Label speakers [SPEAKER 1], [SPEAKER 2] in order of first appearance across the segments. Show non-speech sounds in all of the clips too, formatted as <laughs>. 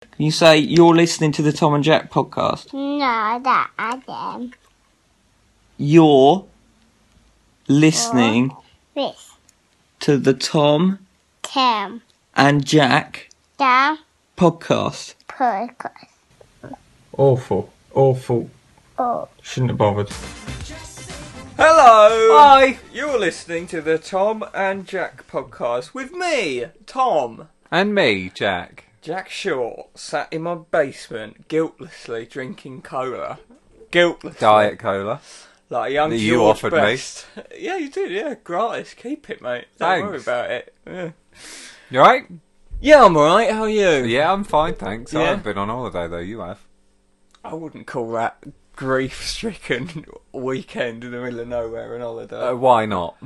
[SPEAKER 1] Can you say you're listening to the Tom and Jack podcast?
[SPEAKER 2] No, that I am
[SPEAKER 1] You're listening
[SPEAKER 2] with
[SPEAKER 1] to the Tom
[SPEAKER 2] Tim
[SPEAKER 1] and Jack
[SPEAKER 2] the
[SPEAKER 1] podcast.
[SPEAKER 2] podcast.
[SPEAKER 3] Awful. Awful.
[SPEAKER 2] Oh,
[SPEAKER 3] Shouldn't have bothered.
[SPEAKER 1] Hello! Hi! You're listening to the Tom and Jack podcast with me, Tom.
[SPEAKER 4] And me, Jack.
[SPEAKER 1] Jack Shaw sat in my basement guiltlessly drinking cola. Guiltless.
[SPEAKER 4] Diet Cola.
[SPEAKER 1] Like a young
[SPEAKER 4] That you
[SPEAKER 1] George
[SPEAKER 4] offered me.
[SPEAKER 1] Best. <laughs> Yeah, you did, yeah. Gratis. Keep it, mate. Don't worry
[SPEAKER 4] Thanks.
[SPEAKER 1] about it. Yeah.
[SPEAKER 4] You alright?
[SPEAKER 1] Yeah, I'm alright. How are you?
[SPEAKER 4] Yeah, I'm fine, thanks. I
[SPEAKER 1] Yeah.
[SPEAKER 4] haven't been on holiday though, you have.
[SPEAKER 1] I wouldn't call that grief stricken <laughs> weekend in the middle of nowhere and holiday.
[SPEAKER 4] Uh, why not?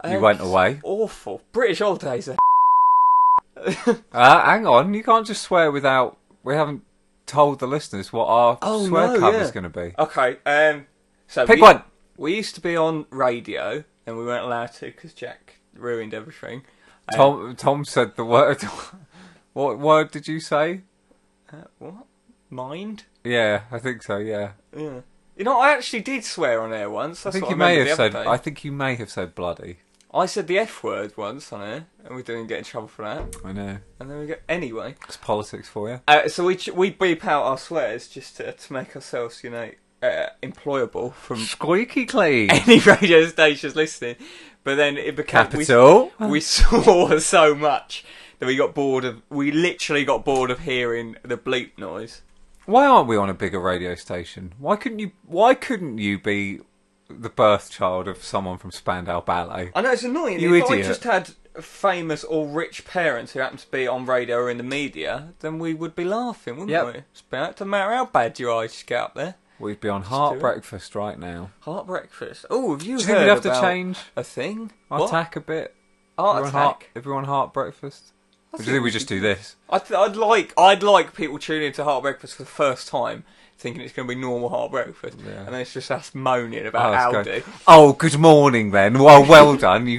[SPEAKER 1] Um,
[SPEAKER 4] went away.
[SPEAKER 1] Awful. British holidays are.
[SPEAKER 4] Uh, hang on, you can't just swear without. We haven't told the listeners what our
[SPEAKER 1] Oh,
[SPEAKER 4] swear
[SPEAKER 1] no,
[SPEAKER 4] cover's
[SPEAKER 1] yeah.
[SPEAKER 4] going to be.
[SPEAKER 1] <laughs> Okay, um. So
[SPEAKER 4] Pick
[SPEAKER 1] we,
[SPEAKER 4] one.
[SPEAKER 1] We used to be on radio and we weren't allowed to because Jack ruined everything. Um,
[SPEAKER 4] Tom Tom said the word. <laughs> what word did you say?
[SPEAKER 1] uh, what? Mind?
[SPEAKER 4] Yeah, I think so. Yeah,
[SPEAKER 1] Yeah. You know, I actually did swear on air once.
[SPEAKER 4] I
[SPEAKER 1] That's
[SPEAKER 4] think
[SPEAKER 1] what
[SPEAKER 4] you
[SPEAKER 1] I
[SPEAKER 4] may have
[SPEAKER 1] remember the
[SPEAKER 4] said.
[SPEAKER 1] other day.
[SPEAKER 4] I think you may have said bloody.
[SPEAKER 1] I said the F word once on air, and we didn't get in trouble for that.
[SPEAKER 4] I know
[SPEAKER 1] And then we go anyway.
[SPEAKER 4] it's politics for you.
[SPEAKER 1] Uh, so we ch- we beep out our swears just to, to make ourselves, you know, uh, employable from <laughs>
[SPEAKER 4] Squeaky clean.
[SPEAKER 1] any radio stations listening. But then it became we-
[SPEAKER 4] <laughs> Capital.
[SPEAKER 1] We, <laughs> saw so much that we got bored of. We literally got bored of hearing the bleep noise.
[SPEAKER 4] Why aren't we on a bigger radio station? Why couldn't you? Why couldn't you be the birth child of someone from Spandau Ballet?
[SPEAKER 1] I know it's annoying.
[SPEAKER 4] You
[SPEAKER 1] if I
[SPEAKER 4] idiot.
[SPEAKER 1] just had famous or rich parents who happen to be on radio or in the media, then we would be laughing, wouldn't
[SPEAKER 4] Yep.
[SPEAKER 1] we? It's about, it doesn't matter how bad your eyes just get up there.
[SPEAKER 4] We'd be on heart
[SPEAKER 1] do it.
[SPEAKER 4] breakfast right now.
[SPEAKER 1] Heart breakfast. Oh, have you
[SPEAKER 4] Do you think
[SPEAKER 1] heard
[SPEAKER 4] we'd have to
[SPEAKER 1] about
[SPEAKER 4] change
[SPEAKER 1] a thing?
[SPEAKER 4] our
[SPEAKER 1] What?
[SPEAKER 4] tack a bit?
[SPEAKER 1] Heart
[SPEAKER 4] everyone Heart,
[SPEAKER 1] attack.
[SPEAKER 4] everyone heart breakfast. Or do you
[SPEAKER 1] think
[SPEAKER 4] think
[SPEAKER 1] we
[SPEAKER 4] we just do this?
[SPEAKER 1] I th- I'd like I'd like people tuning into Heart Breakfast for the first time, thinking it's going to be normal Heart Breakfast,
[SPEAKER 4] Yeah.
[SPEAKER 1] and then it's just us moaning
[SPEAKER 4] Oh,
[SPEAKER 1] about
[SPEAKER 4] let's
[SPEAKER 1] Aldi,
[SPEAKER 4] go. Oh, good morning then. Well, well done, you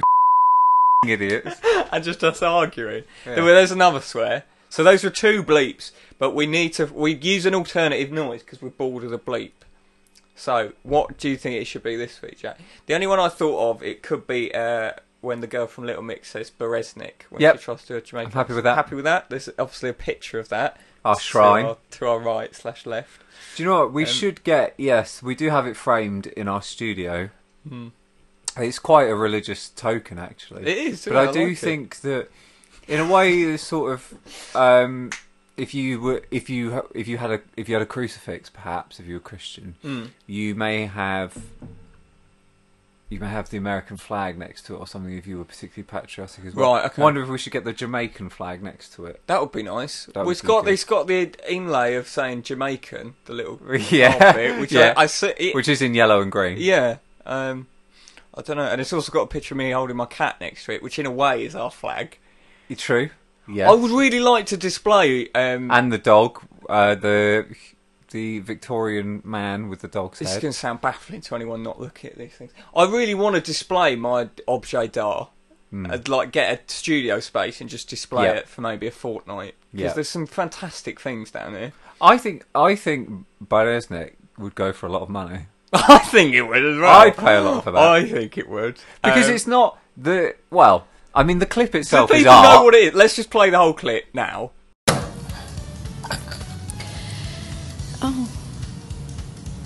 [SPEAKER 4] <laughs> idiots.
[SPEAKER 1] <laughs> and just us arguing.
[SPEAKER 4] Yeah.
[SPEAKER 1] There- There's another swear. So those were two bleeps, but we need to we use an alternative noise because we're bored of the bleep. So what do you think it should be this week, Jack? The only one I thought of it could be uh, when the girl from Little Mix says Bereznik when
[SPEAKER 4] Yep.
[SPEAKER 1] she tries to do a Jamaican.
[SPEAKER 4] I'm happy with that.
[SPEAKER 1] Happy with that. There's obviously a picture of that.
[SPEAKER 4] Our
[SPEAKER 1] To
[SPEAKER 4] shrine.
[SPEAKER 1] our- to our right slash left.
[SPEAKER 4] Do you know what? We
[SPEAKER 1] Um,
[SPEAKER 4] should get. Yes, we do have it framed in our studio.
[SPEAKER 1] Hmm.
[SPEAKER 4] It's quite a religious token, actually.
[SPEAKER 1] It is,
[SPEAKER 4] But
[SPEAKER 1] yeah,
[SPEAKER 4] I,
[SPEAKER 1] I
[SPEAKER 4] do
[SPEAKER 1] like it.
[SPEAKER 4] think that, in a way, there's sort of. Um, if you were, if you, ha- if you had a, if you had a crucifix, perhaps, if you were Christian,
[SPEAKER 1] Mm.
[SPEAKER 4] you may have. You may have the American flag next to it or something if you were particularly patriotic as well.
[SPEAKER 1] Right, okay.
[SPEAKER 4] wonder if we should get the Jamaican flag next to it.
[SPEAKER 1] That would be nice.
[SPEAKER 4] That would
[SPEAKER 1] We've
[SPEAKER 4] be
[SPEAKER 1] got
[SPEAKER 4] good.
[SPEAKER 1] it's got the inlay of saying Jamaican, the little
[SPEAKER 4] <laughs> Yeah.
[SPEAKER 1] half bit, which
[SPEAKER 4] Yeah.
[SPEAKER 1] I, I see. It,
[SPEAKER 4] Which is in yellow and green.
[SPEAKER 1] yeah, um, I don't know, and it's also got a picture of me holding my cat next to it, which in a way is our flag.
[SPEAKER 4] True. Yeah.
[SPEAKER 1] I would really like to display. Um,
[SPEAKER 4] and the dog, uh, the the Victorian man with the dog's
[SPEAKER 1] this is
[SPEAKER 4] head.
[SPEAKER 1] going to sound baffling to anyone not looking at these things. I really want to display my objet d'art. I'd like get a studio space and just display
[SPEAKER 4] Hmm. Yeah.
[SPEAKER 1] it for maybe a fortnight because
[SPEAKER 4] Yeah.
[SPEAKER 1] there's some fantastic things down there.
[SPEAKER 4] I think I think Bereznik would go for a lot of money
[SPEAKER 1] <laughs> I think it would as well.
[SPEAKER 4] I'd pay a lot for that.
[SPEAKER 1] <gasps> I think it would
[SPEAKER 4] because
[SPEAKER 1] Um,
[SPEAKER 4] it's not the well. I mean, the clip
[SPEAKER 1] Do
[SPEAKER 4] itself is
[SPEAKER 1] people
[SPEAKER 4] art.
[SPEAKER 1] know what it is? Let's just play the whole clip now.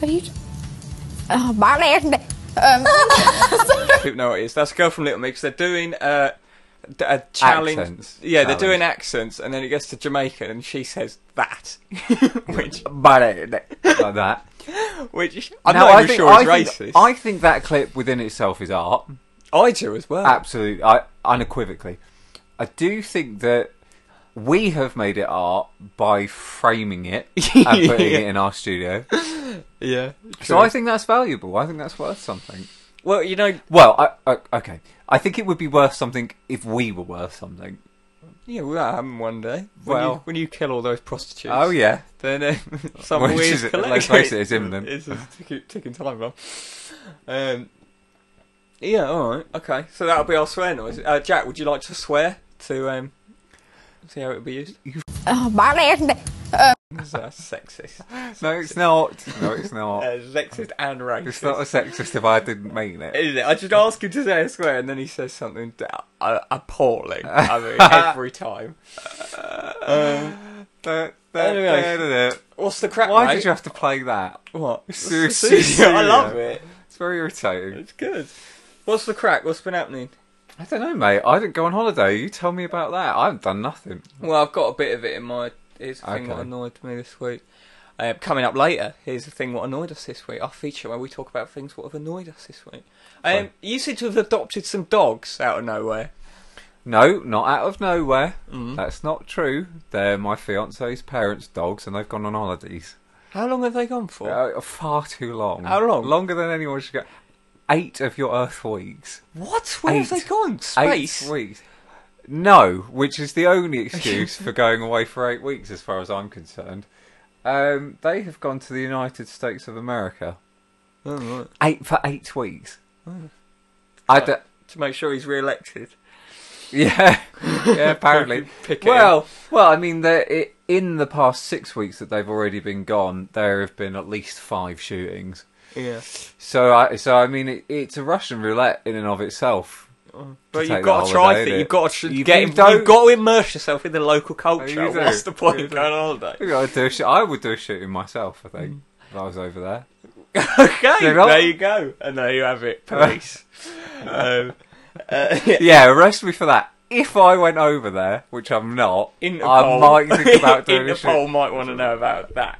[SPEAKER 5] What are you? Oh, my land.
[SPEAKER 2] <laughs>
[SPEAKER 5] Um,
[SPEAKER 1] People know what it is. That's a girl from Little Mix. They're doing uh, d- a challenge.
[SPEAKER 4] Accents.
[SPEAKER 1] Yeah,
[SPEAKER 4] Challenge.
[SPEAKER 1] they're doing accents, and then it gets to Jamaican, and she says that, <laughs> which
[SPEAKER 4] Bereznik. like that.
[SPEAKER 1] which I'm
[SPEAKER 4] Now,
[SPEAKER 1] not
[SPEAKER 4] I
[SPEAKER 1] even
[SPEAKER 4] think-
[SPEAKER 1] sure is
[SPEAKER 4] I
[SPEAKER 1] racist.
[SPEAKER 4] think, I think that clip within itself is art.
[SPEAKER 1] I do as well.
[SPEAKER 4] Absolutely, I, unequivocally. I do think that we have made it art by framing
[SPEAKER 1] <laughs>
[SPEAKER 4] it and putting it in our studio.
[SPEAKER 1] yeah.
[SPEAKER 4] So I think that's valuable. I think that's worth something.
[SPEAKER 1] well, you know,
[SPEAKER 4] Well, I, I, okay. I think it would be worth something if we were worth something.
[SPEAKER 1] yeah, we'll happen one day. When
[SPEAKER 4] Well-
[SPEAKER 1] you, when you kill all those prostitutes.
[SPEAKER 4] Oh yeah,
[SPEAKER 1] Then
[SPEAKER 4] <laughs>
[SPEAKER 1] uh, some
[SPEAKER 4] Which
[SPEAKER 1] weird
[SPEAKER 4] is- let's
[SPEAKER 1] collector. <laughs>
[SPEAKER 4] face it, it's imminent.
[SPEAKER 1] It's a ticking, ticking time bomb. Um, yeah, all right, okay. So that'll be our swear noise. Uh, Jack,
[SPEAKER 4] <laughs>
[SPEAKER 1] would you like to swear to um, see how it would be used?
[SPEAKER 5] oh, my land. Um,
[SPEAKER 1] That's
[SPEAKER 4] <laughs>
[SPEAKER 1] sexist.
[SPEAKER 4] No, it's not. No,
[SPEAKER 1] <laughs>
[SPEAKER 4] it's
[SPEAKER 1] Uh,
[SPEAKER 4] not.
[SPEAKER 1] sexist and racist.
[SPEAKER 4] It's not a sexist if I didn't mean it.
[SPEAKER 1] Is it? I just ask him to say a swear, and then he says something d- uh,
[SPEAKER 4] <laughs>
[SPEAKER 1] appalling. I mean, every time.
[SPEAKER 4] Da- da-
[SPEAKER 1] Anyway.
[SPEAKER 4] da- da- da.
[SPEAKER 1] What's the crap?
[SPEAKER 4] Why
[SPEAKER 1] mate?
[SPEAKER 4] did you have to play that?
[SPEAKER 1] What?
[SPEAKER 4] <laughs> Su-
[SPEAKER 1] Suicide. I
[SPEAKER 4] Suicide.
[SPEAKER 1] love it.
[SPEAKER 4] It's very irritating.
[SPEAKER 1] It's good. What's the crack? What's been happening?
[SPEAKER 4] I don't know, mate. I didn't go on holiday. You tell me about that. I haven't done nothing.
[SPEAKER 1] Well, I've got a bit of it in my. Here's the thing
[SPEAKER 4] Okay.
[SPEAKER 1] that annoyed me this week. Uh, coming up later, here's the thing what annoyed us this week. Our feature where we talk about things what have annoyed us this week. Um,
[SPEAKER 4] Fine.
[SPEAKER 1] you seem to have adopted some dogs out of nowhere.
[SPEAKER 4] No, not out of nowhere.
[SPEAKER 1] Mm-hmm.
[SPEAKER 4] That's not true. They're my fiance's parents' dogs, and they've gone on holidays.
[SPEAKER 1] How long have they gone for?
[SPEAKER 4] Uh, far too long.
[SPEAKER 1] How long?
[SPEAKER 4] Longer than anyone should go. Eight of your Earth weeks.
[SPEAKER 1] what? Where have
[SPEAKER 4] Eight.
[SPEAKER 1] they gone? Space.
[SPEAKER 4] Eight weeks. No, which is
[SPEAKER 1] <laughs>
[SPEAKER 4] the only excuse for going away for eight weeks, as far as I'm concerned. Um, they have gone to the United States of America.
[SPEAKER 1] Oh, right.
[SPEAKER 4] Eight for eight weeks. I d-
[SPEAKER 1] To make sure he's re-elected.
[SPEAKER 4] Yeah,
[SPEAKER 1] <laughs>
[SPEAKER 4] yeah. Apparently,
[SPEAKER 1] Pick it
[SPEAKER 4] well, well. I mean, there- i- in the past six weeks that they've already been gone, there have been at least five shootings.
[SPEAKER 1] Yeah.
[SPEAKER 4] So, I, so I mean, it, it's a Russian roulette in and of itself.
[SPEAKER 1] Oh. But
[SPEAKER 4] take
[SPEAKER 1] you've
[SPEAKER 4] the
[SPEAKER 1] got to try
[SPEAKER 4] holiday,
[SPEAKER 1] for it.
[SPEAKER 4] innit?
[SPEAKER 1] You've got to
[SPEAKER 4] You-
[SPEAKER 1] get.
[SPEAKER 4] you
[SPEAKER 1] You've
[SPEAKER 4] don't-
[SPEAKER 1] got to immerse yourself in the local culture.
[SPEAKER 4] you do.
[SPEAKER 1] What's the point
[SPEAKER 4] You
[SPEAKER 1] of
[SPEAKER 4] do.
[SPEAKER 1] going on holiday?
[SPEAKER 4] I think I'd do a sh- I would do a shooting myself. I think if I was over there.
[SPEAKER 1] okay,
[SPEAKER 4] They're not-
[SPEAKER 1] there you go. And there you have it,
[SPEAKER 4] <laughs>
[SPEAKER 1] police. um, uh, <laughs>
[SPEAKER 4] Yeah, arrest me for that. If I went over there, which I'm not,
[SPEAKER 1] Interpol.
[SPEAKER 4] I
[SPEAKER 1] <laughs>
[SPEAKER 4] might think about doing a
[SPEAKER 1] Interpol might want to know about that.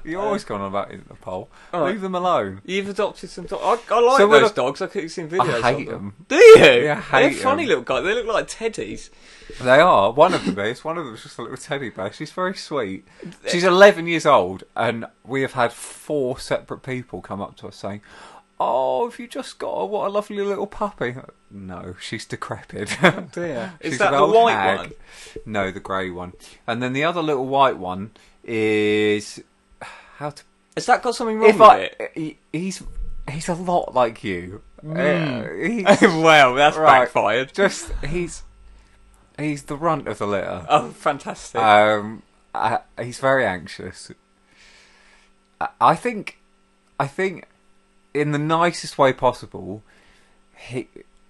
[SPEAKER 4] shoot. <laughs> You're always going on about Interpol.
[SPEAKER 1] Alright.
[SPEAKER 4] Leave them alone.
[SPEAKER 1] You've adopted some dogs. I, I like
[SPEAKER 4] So we're
[SPEAKER 1] those
[SPEAKER 4] not-
[SPEAKER 1] dogs. I keep seeing videos.
[SPEAKER 4] I
[SPEAKER 1] of
[SPEAKER 4] hate
[SPEAKER 1] them.
[SPEAKER 4] them.
[SPEAKER 1] Do you?
[SPEAKER 4] Yeah, I
[SPEAKER 1] They're
[SPEAKER 4] hate
[SPEAKER 1] funny
[SPEAKER 4] 'em.
[SPEAKER 1] little guys. They look like teddies.
[SPEAKER 4] They are. One of them is. One of them is just a little teddy bear. She's very sweet. She's 11 years old, and we have had four separate people come up to us saying, Oh, have you just got her? What a lovely little puppy. No, she's decrepit.
[SPEAKER 1] Oh,
[SPEAKER 4] <laughs>
[SPEAKER 1] Dear. Is
[SPEAKER 4] She's
[SPEAKER 1] that
[SPEAKER 4] an
[SPEAKER 1] the
[SPEAKER 4] old
[SPEAKER 1] white
[SPEAKER 4] hag.
[SPEAKER 1] one?
[SPEAKER 4] No, the grey one. And then the other little white one is. How to
[SPEAKER 1] Has that got something wrong
[SPEAKER 4] if
[SPEAKER 1] with
[SPEAKER 4] I,
[SPEAKER 1] it?
[SPEAKER 4] he- he's he's a lot like you. Uh, he's
[SPEAKER 1] <laughs> well, that's
[SPEAKER 4] Right.
[SPEAKER 1] Hmm. <laughs> backfired.
[SPEAKER 4] just he's he's the runt of the litter.
[SPEAKER 1] Oh, fantastic.
[SPEAKER 4] Um, I, he's very anxious. I, I think, I think, in the nicest way possible, he,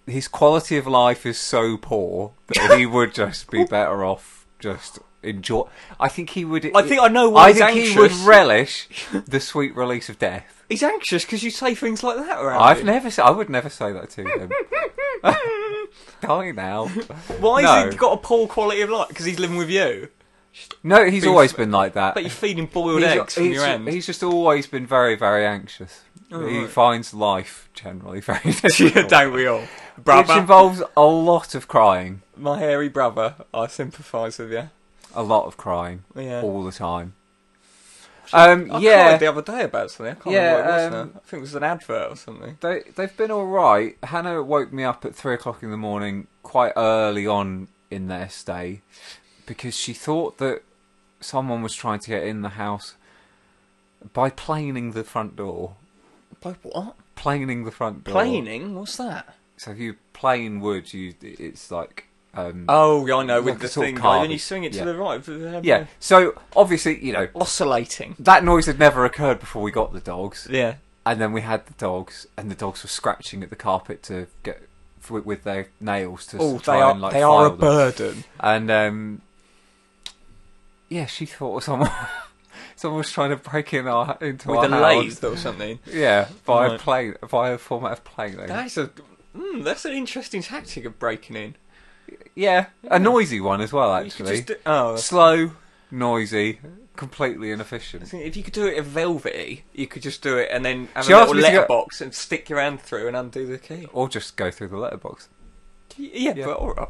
[SPEAKER 4] his quality of life is so poor
[SPEAKER 1] <laughs>
[SPEAKER 4] that he would just be better off just enjoy. I think he would.
[SPEAKER 1] I think I know why
[SPEAKER 4] I
[SPEAKER 1] he's
[SPEAKER 4] think he would
[SPEAKER 1] anxious. <laughs>
[SPEAKER 4] relish the sweet release of death.
[SPEAKER 1] He's anxious because you say things like that around
[SPEAKER 4] I've
[SPEAKER 1] him.
[SPEAKER 4] never. Say, I would never say that
[SPEAKER 1] <laughs>
[SPEAKER 4] to him. <laughs> Die now.
[SPEAKER 1] Why
[SPEAKER 4] No.
[SPEAKER 1] has he got a poor quality of life? Because he's living with you.
[SPEAKER 4] No, he's
[SPEAKER 1] Beef-
[SPEAKER 4] always been like that.
[SPEAKER 1] But you're feeding boiled
[SPEAKER 4] he's,
[SPEAKER 1] eggs from
[SPEAKER 4] he's-
[SPEAKER 1] your end. <laughs>
[SPEAKER 4] he's just always been very, very anxious. he
[SPEAKER 1] right.
[SPEAKER 4] finds life
[SPEAKER 1] <laughs>
[SPEAKER 4] generally very difficult,
[SPEAKER 1] Don't we all?
[SPEAKER 4] which
[SPEAKER 1] Brother.
[SPEAKER 4] involves a lot of crying,
[SPEAKER 1] My hairy brother. I sympathise with you.
[SPEAKER 4] a lot of crying
[SPEAKER 1] Yeah.
[SPEAKER 4] all the time. Um,
[SPEAKER 1] I
[SPEAKER 4] yeah,
[SPEAKER 1] cried the other day about something. I can't
[SPEAKER 4] Yeah,
[SPEAKER 1] remember what it was
[SPEAKER 4] um,
[SPEAKER 1] now. I think it was an advert or something.
[SPEAKER 4] they they've been all right. Hannah woke me up at three o'clock in the morning, quite early on in their stay, because she thought that someone was trying to get in the house by planing the front door.
[SPEAKER 1] By what?
[SPEAKER 4] Planing the front door.
[SPEAKER 1] Planing? What's that?
[SPEAKER 4] So if you plain wood, you it's like um,
[SPEAKER 1] Oh, yeah, I know, with
[SPEAKER 4] Like a
[SPEAKER 1] the
[SPEAKER 4] sort of
[SPEAKER 1] thing.
[SPEAKER 4] car.
[SPEAKER 1] Right? Then you swing it to
[SPEAKER 4] Yeah.
[SPEAKER 1] the right.
[SPEAKER 4] yeah. So obviously, you know
[SPEAKER 1] Oscillating.
[SPEAKER 4] that noise had never occurred before we got the dogs,
[SPEAKER 1] Yeah.
[SPEAKER 4] and then we had the dogs, and the dogs were scratching at the carpet to get f- with, with their nails to s-
[SPEAKER 1] Oh, they
[SPEAKER 4] try
[SPEAKER 1] are,
[SPEAKER 4] and like
[SPEAKER 1] they are a
[SPEAKER 4] file them.
[SPEAKER 1] burden.
[SPEAKER 4] And um, yeah, she thought someone <laughs> someone was trying to break in our into
[SPEAKER 1] With
[SPEAKER 4] our
[SPEAKER 1] a
[SPEAKER 4] house.
[SPEAKER 1] lathe or something.
[SPEAKER 4] Yeah, by a
[SPEAKER 1] Right.
[SPEAKER 4] plane, by a format of planing.
[SPEAKER 1] That's a mm, that's an interesting tactic of breaking in.
[SPEAKER 4] yeah, a noisy one as well,
[SPEAKER 1] You could
[SPEAKER 4] actually.
[SPEAKER 1] just do, oh,
[SPEAKER 4] slow, noisy, completely inefficient.
[SPEAKER 1] if you could do it in velvety, you could just do it and then have
[SPEAKER 4] She
[SPEAKER 1] a
[SPEAKER 4] asked
[SPEAKER 1] little
[SPEAKER 4] me to go-
[SPEAKER 1] letterbox and stick your hand through and undo the key.
[SPEAKER 4] Or just go through the letterbox.
[SPEAKER 1] Y- Yeah,
[SPEAKER 4] Yeah.
[SPEAKER 1] but all right.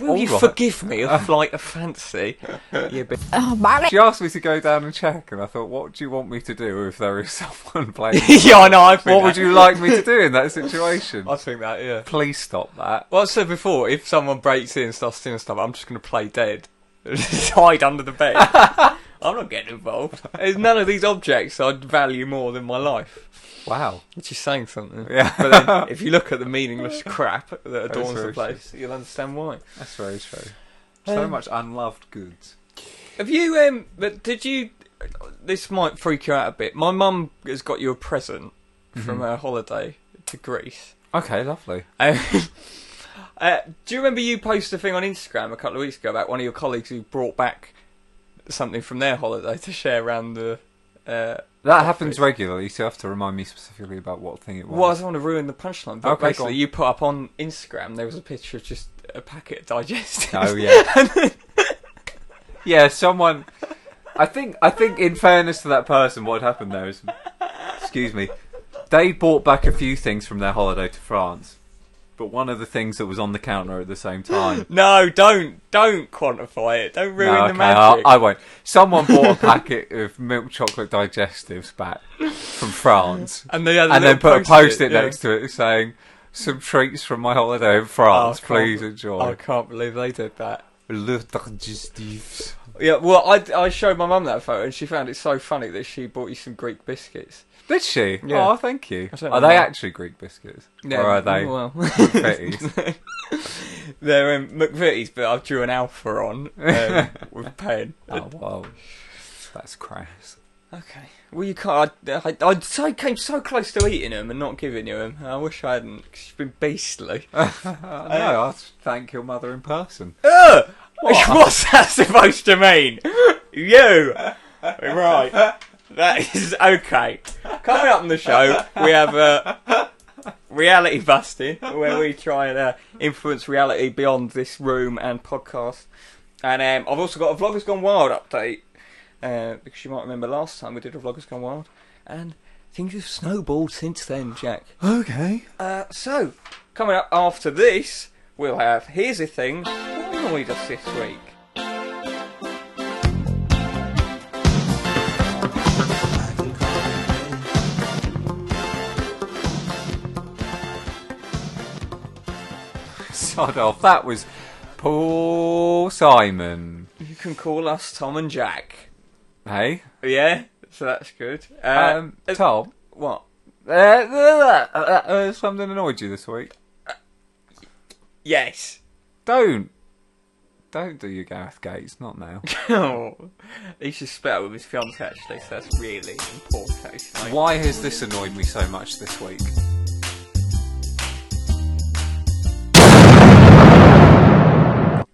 [SPEAKER 1] Will
[SPEAKER 4] All
[SPEAKER 1] you
[SPEAKER 4] right.
[SPEAKER 1] forgive me a flight of fancy? yeah, but
[SPEAKER 5] Oh, my leg.
[SPEAKER 4] She asked me to go down and check, and I thought, what do you want me to do if there is <laughs> someone playing?
[SPEAKER 1] <laughs> yeah, I know. I think
[SPEAKER 4] what would
[SPEAKER 1] that-
[SPEAKER 4] you like <laughs> me to do in that situation?
[SPEAKER 1] I think that. Yeah.
[SPEAKER 4] Please stop that.
[SPEAKER 1] Well, I said before, if someone breaks in and starts stealing stuff, I'm just going to play dead, <laughs> just hide under the bed. I'm not getting involved. There's none of these objects I'd value more than my life.
[SPEAKER 4] Wow.
[SPEAKER 1] Which is saying something.
[SPEAKER 4] Yeah.
[SPEAKER 1] But then, if you look at the meaningless crap that adorns
[SPEAKER 4] very
[SPEAKER 1] the place, you'll understand why.
[SPEAKER 4] Um, That's very true. So much unloved goods.
[SPEAKER 1] Have you um? But did you? This might freak you out a bit. My mum has got you a present
[SPEAKER 4] Mm-hmm.
[SPEAKER 1] from her holiday to Greece.
[SPEAKER 4] Okay, lovely.
[SPEAKER 1] Um, <laughs> uh, do you remember you posted a thing on Instagram a couple of weeks ago about one of your colleagues who brought back something from their holiday to share around the? Uh,
[SPEAKER 4] That happens regularly, so you have to remind me specifically about what thing it was.
[SPEAKER 1] well, I don't want to ruin the punchline, but
[SPEAKER 4] Okay, go
[SPEAKER 1] basically
[SPEAKER 4] on.
[SPEAKER 1] you put up on Instagram there was a picture of just a packet of digestives.
[SPEAKER 4] Oh yeah. yeah, someone. I think. I think. In fairness to that person, what had happened there is, excuse me, they bought back a few things from their holiday to France, but one of the things that was on the counter at the
[SPEAKER 1] <gasps>
[SPEAKER 4] same time.
[SPEAKER 1] <laughs> No, don't don't quantify it. Don't ruin
[SPEAKER 4] No,
[SPEAKER 1] the
[SPEAKER 4] okay, I'll-
[SPEAKER 1] magic.
[SPEAKER 4] I won't. Someone bought a packet of milk chocolate digestives back from France,
[SPEAKER 1] <laughs> and the other
[SPEAKER 4] and then
[SPEAKER 1] little
[SPEAKER 4] put a post it
[SPEAKER 1] yeah.
[SPEAKER 4] next to it saying, "Some treats from my holiday in France.
[SPEAKER 1] Oh, I can't-
[SPEAKER 4] please enjoy."
[SPEAKER 1] I can't believe they did that.
[SPEAKER 4] Le digestives.
[SPEAKER 1] Yeah, well, I, I showed my mum that photo and she found it so funny that she bought you some Greek biscuits.
[SPEAKER 4] Did she?
[SPEAKER 1] Yeah.
[SPEAKER 4] Oh, thank you.
[SPEAKER 1] I
[SPEAKER 4] Are
[SPEAKER 1] don't know.
[SPEAKER 4] they actually Greek biscuits? Or are they
[SPEAKER 1] oh, Well,
[SPEAKER 4] confettis?
[SPEAKER 1] <laughs> they're um, McVitie's, but I've drew an alpha on
[SPEAKER 4] <laughs>
[SPEAKER 1] um, with pen.
[SPEAKER 4] oh, wow.
[SPEAKER 1] <laughs>
[SPEAKER 4] That's crass. <laughs>
[SPEAKER 1] Okay. Well, you can't. I, I, I so came so close to eating them and not giving you them. I wish I hadn't. she she's been beastly.
[SPEAKER 4] Uh, no, I'll thank your mother in person.
[SPEAKER 1] Ugh! <laughs> What's that supposed to mean? You! Right. That is okay. Coming up on the show, we have uh, reality busting, where we try and uh, influence reality beyond this room and podcast. And um, I've also got a Vloggers Gone Wild update, uh, because you might remember last time we did a Vloggers Gone Wild, and things have snowballed since then, Jack.
[SPEAKER 4] Okay.
[SPEAKER 1] Uh, so, coming up after this, we'll have Here's a Thing that annoyed us this week.
[SPEAKER 4] Sod off. That was Paul Simon.
[SPEAKER 1] You can call us Tom and Jack.
[SPEAKER 4] Hey?
[SPEAKER 1] Yeah, so that's good. Uh,
[SPEAKER 4] Um,
[SPEAKER 1] uh,
[SPEAKER 4] Tom?
[SPEAKER 1] What?
[SPEAKER 4] Uh, uh, uh, uh, something annoyed you this week?
[SPEAKER 1] Yes. <laughs>
[SPEAKER 4] Don't. Don't do your Gareth Gates.
[SPEAKER 1] <laughs>
[SPEAKER 4] Not now.
[SPEAKER 1] Oh, he should spit out with his thumbs actually, so that's really important. What?
[SPEAKER 4] Why has this annoyed me so much this week?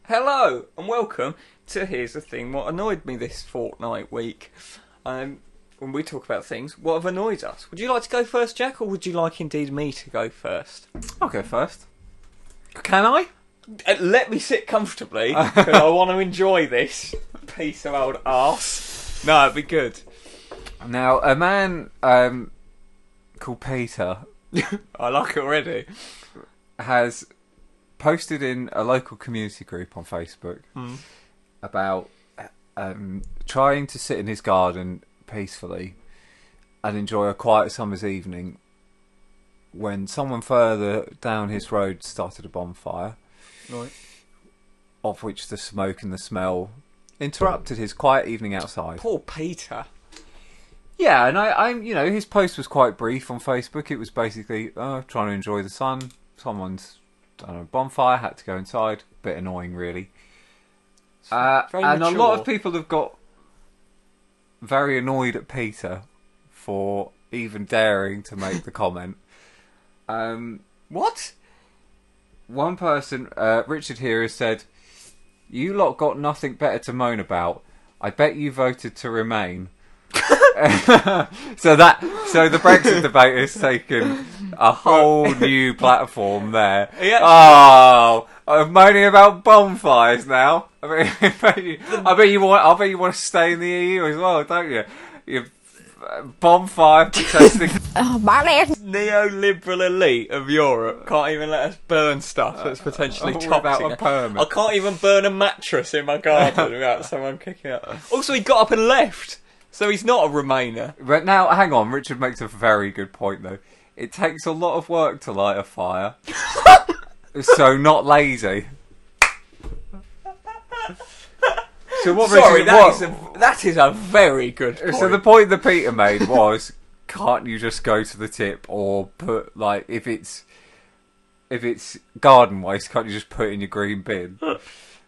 [SPEAKER 1] Hello, and welcome to Here's the Thing What Annoyed Me This Fortnight Week. Um, when we talk about things, what have annoyed us? Would you like to go first, Jack, or would you like indeed me to go first?
[SPEAKER 4] I'll go first. Can I?
[SPEAKER 1] Uh, let me sit
[SPEAKER 4] <laughs>
[SPEAKER 1] comfortably 'cause I want to enjoy this piece of old arse. No, it'd be
[SPEAKER 4] <laughs>
[SPEAKER 1] good.
[SPEAKER 4] Now, a man um, called Peter
[SPEAKER 1] I like it already.
[SPEAKER 4] has posted in a local community group on Facebook about um, trying to sit in his garden peacefully and enjoy a quiet summer's evening when someone further down his road started a bonfire,
[SPEAKER 1] Right.
[SPEAKER 4] of which the smoke and the smell interrupted his quiet evening outside.
[SPEAKER 1] Poor Peter.
[SPEAKER 4] Yeah, and I, I'm, you know, his post was quite brief on Facebook. It was basically uh, trying to enjoy the sun. Someone's done a bonfire, had to go inside. Bit annoying, really. Uh,
[SPEAKER 1] Very
[SPEAKER 4] and a lot
[SPEAKER 1] mature.
[SPEAKER 4] of people have got very annoyed at Peter for even daring to make the comment. Um,
[SPEAKER 1] What?
[SPEAKER 4] one person, uh, Richard here, has said, "You lot got nothing better to moan about. I bet you voted to remain." <laughs> so that, so the Brexit debate has taken a whole new platform there.
[SPEAKER 1] Yeah.
[SPEAKER 4] Oh, I'm moaning about bonfires now. I mean, I bet you, <laughs> I bet you want, I bet you want to stay in the EU as well, don't you? You uh, bonfire protesting.
[SPEAKER 5] Uh, my last
[SPEAKER 1] Neoliberal elite of Europe can't even let us burn stuff that's potentially
[SPEAKER 4] <laughs> all
[SPEAKER 1] toxic.
[SPEAKER 4] Uh, about a permit.
[SPEAKER 1] I can't even burn a mattress in my garden
[SPEAKER 4] <laughs>
[SPEAKER 1] without someone kicking it. Also, he got up and left, so he's not a Remainer.
[SPEAKER 4] But now, hang on, Richard makes a very good point though. It takes a lot of work to light
[SPEAKER 1] <laughs>
[SPEAKER 4] a fire, so not lazy. So what?
[SPEAKER 1] Sorry,
[SPEAKER 4] Richard,
[SPEAKER 1] that
[SPEAKER 4] what-
[SPEAKER 1] is a, that is a very good. Point.
[SPEAKER 4] so the point that Peter made was, can't you just go to the tip or put like if it's if it's garden waste, can't you just put it in your green bin?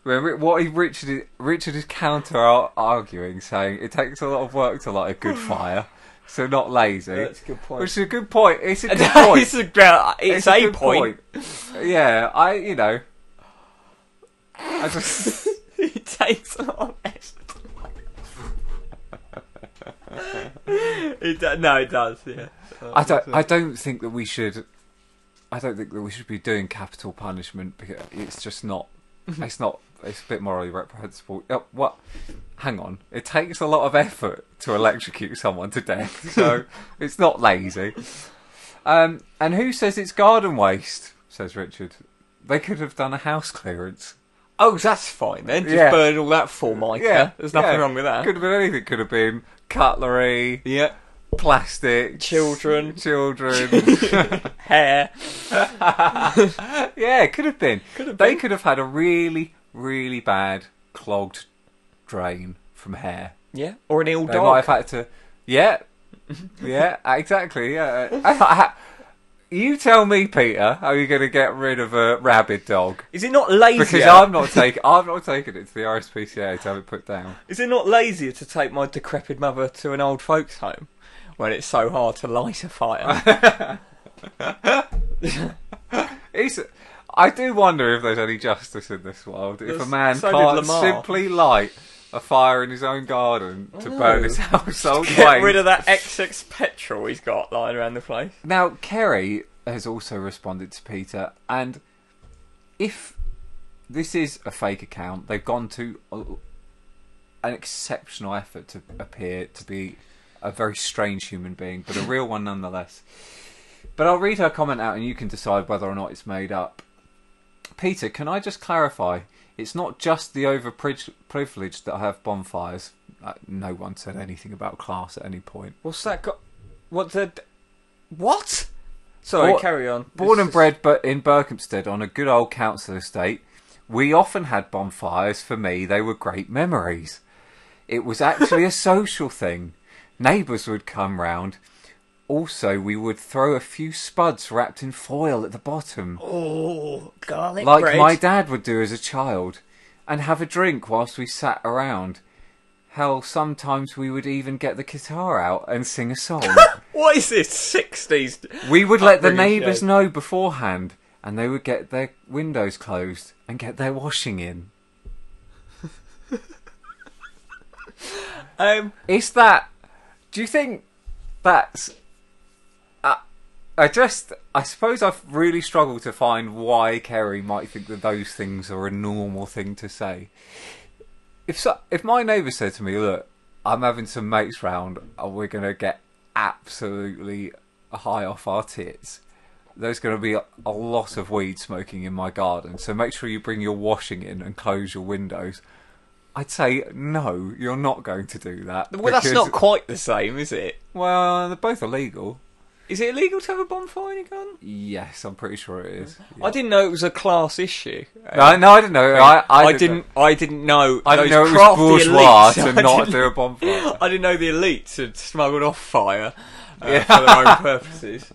[SPEAKER 4] Remember what he, Richard is, Richard is counter ar- arguing, saying it takes a lot of work to light
[SPEAKER 1] <sighs>
[SPEAKER 4] a good fire, so not lazy.
[SPEAKER 1] That's a good point.
[SPEAKER 4] Which is a good point.
[SPEAKER 1] <laughs>
[SPEAKER 4] It's a good point.
[SPEAKER 1] it's a, gra- it's a
[SPEAKER 4] good
[SPEAKER 1] point.
[SPEAKER 4] point. Yeah, I you know, I just
[SPEAKER 1] it takes a lot of effort. it do- no, it does. Yeah.
[SPEAKER 4] I don't I don't think that we should. I don't think that we should be doing capital punishment because it's
[SPEAKER 1] <laughs>
[SPEAKER 4] just not. It's not. It's a bit morally reprehensible. Uh, what? Hang on. It takes a lot of effort to electrocute someone to death,
[SPEAKER 1] <laughs>
[SPEAKER 4] so it's not lazy. Um, and who says it's garden waste? Says Richard. They could have done a house clearance.
[SPEAKER 1] Oh, that's fine then. Just
[SPEAKER 4] Yeah.
[SPEAKER 1] burn all that formica.
[SPEAKER 4] Yeah,
[SPEAKER 1] There's nothing
[SPEAKER 4] yeah.
[SPEAKER 1] wrong with that.
[SPEAKER 4] Could have been anything. Could have been cutlery,
[SPEAKER 1] Yeah.
[SPEAKER 4] plastic,
[SPEAKER 1] Children.
[SPEAKER 4] <laughs> children.
[SPEAKER 1] <laughs> Hair.
[SPEAKER 4] Yeah, it could have been.
[SPEAKER 1] Could have
[SPEAKER 4] they
[SPEAKER 1] been.
[SPEAKER 4] could have had a really, really bad clogged drain from hair.
[SPEAKER 1] Yeah. Or an ill
[SPEAKER 4] They
[SPEAKER 1] dog.
[SPEAKER 4] might have had to. Yeah, yeah, <laughs> exactly. Yeah. you tell me, Peter, how you're going to get rid of a rabid dog?
[SPEAKER 1] Is it not lazier?
[SPEAKER 4] Because I'm not taking. I'm not taking it to the RSPCA to have it put down.
[SPEAKER 1] Is it not lazier to take my decrepit mother to an old folks' home when it's so hard to light a
[SPEAKER 4] <laughs>
[SPEAKER 1] fire?
[SPEAKER 4] It's, I do wonder if there's any justice in this world. If a
[SPEAKER 1] There's-
[SPEAKER 4] man
[SPEAKER 1] so did
[SPEAKER 4] can't
[SPEAKER 1] Lamar.
[SPEAKER 4] simply light a fire in his own garden to burn his <laughs> household
[SPEAKER 1] Get
[SPEAKER 4] waste.
[SPEAKER 1] rid of that XX petrol he's got lying around the place.
[SPEAKER 4] Now, Kerry has also responded to Peter, and if this is a fake account, they've gone to a, an exceptional effort to appear to be a very strange human being, but a real one nonetheless. But I'll read her comment out, and you can decide whether or not it's made up. Peter, can I just clarify? It's not just the overprivileged that have bonfires. Uh, No one said anything about class at any point.
[SPEAKER 1] What's that got? What the? What? Sorry,
[SPEAKER 4] Bor-
[SPEAKER 1] carry on.
[SPEAKER 4] Born
[SPEAKER 1] This
[SPEAKER 4] and
[SPEAKER 1] is-
[SPEAKER 4] bred but in Berkhamsted on a good old council estate, we often had bonfires. For me, they were great memories. It
[SPEAKER 1] <laughs>
[SPEAKER 4] was actually a social thing. Neighbours would come round. Also, we would throw a few spuds wrapped in foil at the bottom,
[SPEAKER 1] Oh, garlic
[SPEAKER 4] like
[SPEAKER 1] bread.
[SPEAKER 4] my dad would do as a child, and have a drink whilst we sat around. Hell, sometimes we would even get the guitar out and sing a song.
[SPEAKER 1] What is this? Sixties.
[SPEAKER 4] We would let the
[SPEAKER 1] Upbringing,
[SPEAKER 4] neighbours
[SPEAKER 1] yeah.
[SPEAKER 4] know beforehand, and they would get their windows closed and get their washing in.
[SPEAKER 1] Um,
[SPEAKER 4] Is that? Do you think that's? I I just, I suppose I've really struggled to find why Kerry might think that those things are a normal thing to say. If so, if my neighbour said to me, "Look, I'm having some mates round, and we're gonna get absolutely high off our tits," there's going to be a, a lot of weed smoking in my garden, so make sure you bring your washing in and close your windows. I'd say no, you're not going to do that.
[SPEAKER 1] well, that's
[SPEAKER 4] because-
[SPEAKER 1] not quite the same, is it?
[SPEAKER 4] Well, they're both illegal.
[SPEAKER 1] Is it illegal to have a bonfire in your garden?
[SPEAKER 4] Yes, I'm pretty sure it is.
[SPEAKER 1] I didn't know it was a class issue.
[SPEAKER 4] No, no, I didn't know. I, I,
[SPEAKER 1] didn't. I didn't know.
[SPEAKER 4] I
[SPEAKER 1] those
[SPEAKER 4] didn't know it was
[SPEAKER 1] crafty
[SPEAKER 4] bourgeois
[SPEAKER 1] elites- <laughs> I
[SPEAKER 4] to not
[SPEAKER 1] didn't-
[SPEAKER 4] do a bonfire.
[SPEAKER 1] I didn't know the elites had smuggled off fire uh, for their own purposes.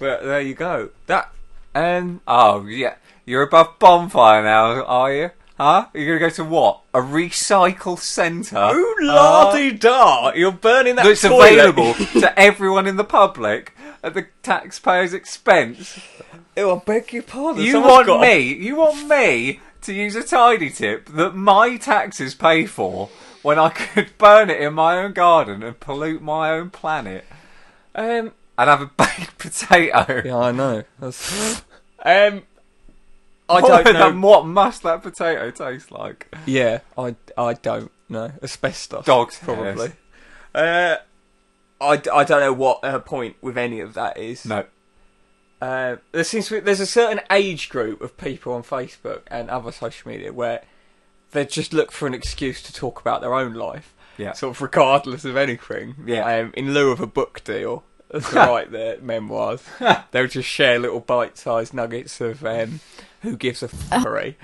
[SPEAKER 1] But there you go. That
[SPEAKER 4] Um, oh yeah, you're above bonfire now, are you? Huh? You're going to go to what? A recycle centre? Uh,
[SPEAKER 1] ooh la di da! You're burning that.
[SPEAKER 4] that's
[SPEAKER 1] toilet. <laughs>
[SPEAKER 4] available to everyone in the public at the taxpayer's expense.
[SPEAKER 1] Oh, I beg your pardon.
[SPEAKER 4] You
[SPEAKER 1] someone's
[SPEAKER 4] want
[SPEAKER 1] got a-
[SPEAKER 4] me? You want me to use a tidy tip that my taxes pay for when I <laughs> could burn it in my own garden and pollute my own planet
[SPEAKER 1] Um,
[SPEAKER 4] and have a <laughs> baked potato?
[SPEAKER 1] yeah, I know. That's... <laughs> um, I
[SPEAKER 4] <laughs> What-
[SPEAKER 1] don't know.
[SPEAKER 4] what must that potato taste like?
[SPEAKER 1] Yeah, I, I don't know. Asbestos.
[SPEAKER 4] Dog's
[SPEAKER 1] probably. Uh, I, d- I don't know what her point with any of that is.
[SPEAKER 4] No.
[SPEAKER 1] Uh, there seems to be, there's a certain age group of people on Facebook and other social media where they just look for an excuse to talk about their own life,
[SPEAKER 4] Yeah.
[SPEAKER 1] sort of regardless of anything.
[SPEAKER 4] Yeah.
[SPEAKER 1] Um, in lieu of a book
[SPEAKER 4] <laughs>
[SPEAKER 1] deal, to write their memoirs, they'll just share little bite-sized nuggets of um, who gives a fuckery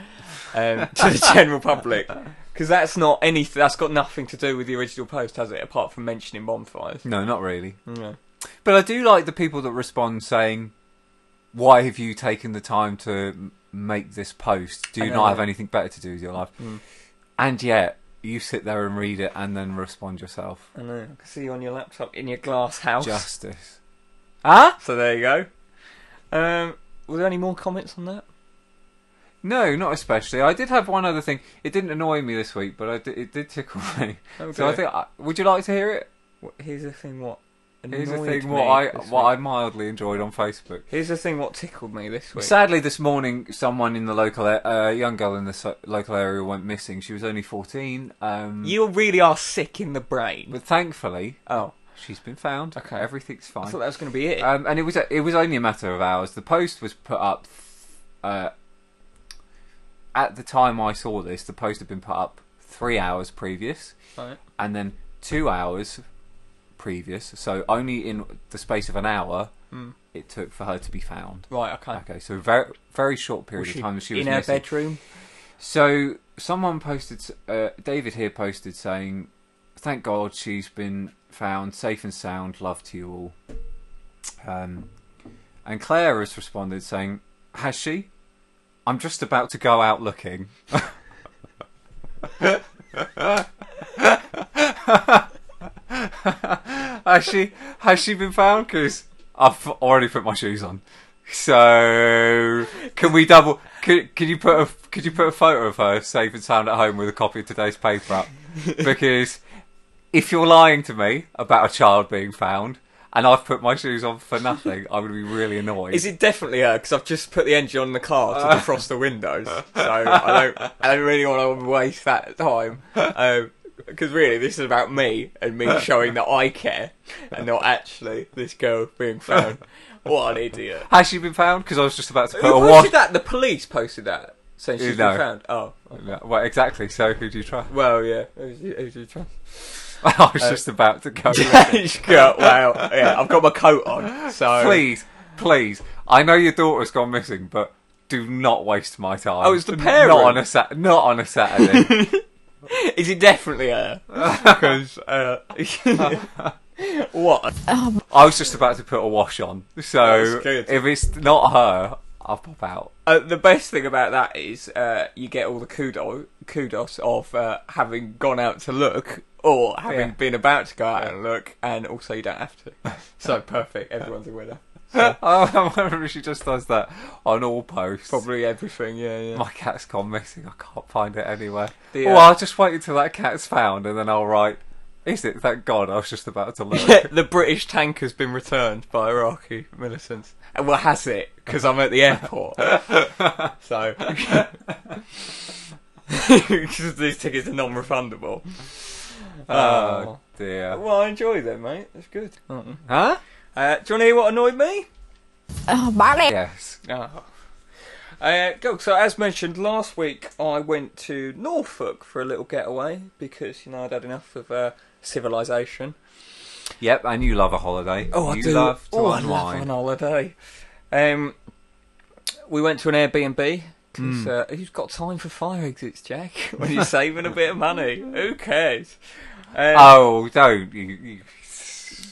[SPEAKER 1] um, <laughs> to the general public. Because that's not anything. That's got nothing to do with the original post, has it? Apart from mentioning bonfires.
[SPEAKER 4] No, not really.
[SPEAKER 1] No.
[SPEAKER 4] But I do like the people that respond saying, "Why have you taken the time to make this post. Do you
[SPEAKER 1] know. Mm.
[SPEAKER 4] not have anything better to do with your life? And yet, you sit there and read it and then respond yourself.
[SPEAKER 1] I know. I can see you on your laptop in your glass house.
[SPEAKER 4] Justice. Huh?
[SPEAKER 1] So there you go. Um, were there any more comments on that?
[SPEAKER 4] No, not especially. I did have one other thing. It didn't annoy me this week, but I di- it did tickle <laughs> me.
[SPEAKER 1] Oh,
[SPEAKER 4] So I
[SPEAKER 1] dear.
[SPEAKER 4] think. I- would you like to hear it?
[SPEAKER 1] What, here's the thing. What?
[SPEAKER 4] Here's the
[SPEAKER 1] annoyed
[SPEAKER 4] thing.
[SPEAKER 1] me
[SPEAKER 4] What I
[SPEAKER 1] this
[SPEAKER 4] what I
[SPEAKER 1] week.
[SPEAKER 4] mildly enjoyed on Facebook.
[SPEAKER 1] Here's the thing. What tickled me this week?
[SPEAKER 4] Sadly, this morning, someone in the local, a uh, young girl in the so- local area went missing. She was only 14. Um,
[SPEAKER 1] You really are sick in the brain.
[SPEAKER 4] But thankfully,
[SPEAKER 1] oh,
[SPEAKER 4] she's been found.
[SPEAKER 1] Okay.
[SPEAKER 4] everything's
[SPEAKER 1] I
[SPEAKER 4] fine.
[SPEAKER 1] thought that was going to be it.
[SPEAKER 4] Um, and it was it was only a matter of hours. The post was put up. Uh, at the time I saw this, the post had been put up three hours previous,
[SPEAKER 1] Right.
[SPEAKER 4] and then two hours previous. So only in the space of an hour,
[SPEAKER 1] Hmm.
[SPEAKER 4] it took for her to be found.
[SPEAKER 1] Right. Okay.
[SPEAKER 4] Okay, so very very short period
[SPEAKER 1] Was
[SPEAKER 4] of time that she was
[SPEAKER 1] in her
[SPEAKER 4] missing.
[SPEAKER 1] bedroom.
[SPEAKER 4] So someone posted, uh, David here posted saying, "Thank God she's been found safe and sound. Love to you all." Um, and Claire has responded saying, "Has she? I'm just about to go out looking." has she? Has she been found? Because I've already put my shoes on. So can we double? Can, can you put a could you put a photo of her safe and sound at home with a copy of today's
[SPEAKER 1] <laughs>
[SPEAKER 4] paper up? Because if you're lying to me about a child being found and I've put my shoes on for nothing, I would be really annoyed.
[SPEAKER 1] Is it definitely her? Because I've just put the engine on the car to defrost the windows, so I don't, I don't really want to waste that time. Because really, this is about me and me showing that I care, and not actually this girl being found. What an idiot!
[SPEAKER 4] Has she been found? Because I was just about to
[SPEAKER 1] Who
[SPEAKER 4] put a
[SPEAKER 1] posted
[SPEAKER 4] one.
[SPEAKER 1] that? The police posted that saying she's
[SPEAKER 4] No.
[SPEAKER 1] been found. Oh,
[SPEAKER 4] No, well, exactly. So who do you trust? <laughs>
[SPEAKER 1] well, yeah. Who's your- who's your trust?
[SPEAKER 4] I
[SPEAKER 1] Uh,
[SPEAKER 4] was just about to go.
[SPEAKER 1] <laughs> Beige girl. Well, yeah. I've got my coat on, so
[SPEAKER 4] <laughs> please, please. I know your daughter's gone missing, but do not waste my time.
[SPEAKER 1] Oh, it's the
[SPEAKER 4] Not on a
[SPEAKER 1] parent.
[SPEAKER 4] sat. Not on a Saturday.
[SPEAKER 1] <laughs> <laughs>
[SPEAKER 4] <laughs>
[SPEAKER 1] Is it definitely her? Because uh, <laughs> what?
[SPEAKER 4] I was just about to put a wash on, so
[SPEAKER 1] That's good.
[SPEAKER 4] if it's not her, I'll pop out.
[SPEAKER 1] Uh, the best thing about that is uh, you get all the kudos, kudos of uh, having gone out to look or having
[SPEAKER 4] Yeah.
[SPEAKER 1] been about to go out and look, and also you don't have to.
[SPEAKER 4] <laughs>
[SPEAKER 1] so perfect, everyone's a winner. <laughs>
[SPEAKER 4] I wonder if she just does that on all posts.
[SPEAKER 1] Probably everything, yeah, yeah. <laughs>
[SPEAKER 4] My cat's gone missing. I can't find it anywhere.
[SPEAKER 1] The,
[SPEAKER 4] oh,
[SPEAKER 1] uh,
[SPEAKER 4] I'll just wait until that cat's found, and then I'll write. Is it? Thank God, I was just about
[SPEAKER 1] <laughs>
[SPEAKER 4] to look.
[SPEAKER 1] the British tanker's been returned by Iraqi militants. Uh, Well, has it? Because I'm at the
[SPEAKER 4] <laughs>
[SPEAKER 1] airport. so. <laughs> Because these tickets are non refundable.
[SPEAKER 4] oh
[SPEAKER 1] Oh.
[SPEAKER 4] dear.
[SPEAKER 1] Well, I enjoy them, mate. That's good. Uh, do you
[SPEAKER 4] Huh?
[SPEAKER 1] want to hear what annoyed me?
[SPEAKER 5] ờ, bỏ lén
[SPEAKER 4] Yes.
[SPEAKER 1] Oh. Uh, go. So, as mentioned last week, I went to Norfolk for a little getaway because you know I'd had enough of uh, civilization.
[SPEAKER 4] Yep. And you love a holiday. you love to
[SPEAKER 1] oh, I
[SPEAKER 4] unwind.
[SPEAKER 1] love an holiday. Um, we went to an Airbnb. 'cause, uh, who's got time for fire exits, Jack? <laughs> when you're saving a bit of money, who cares? Um,
[SPEAKER 4] Oh, don't you? you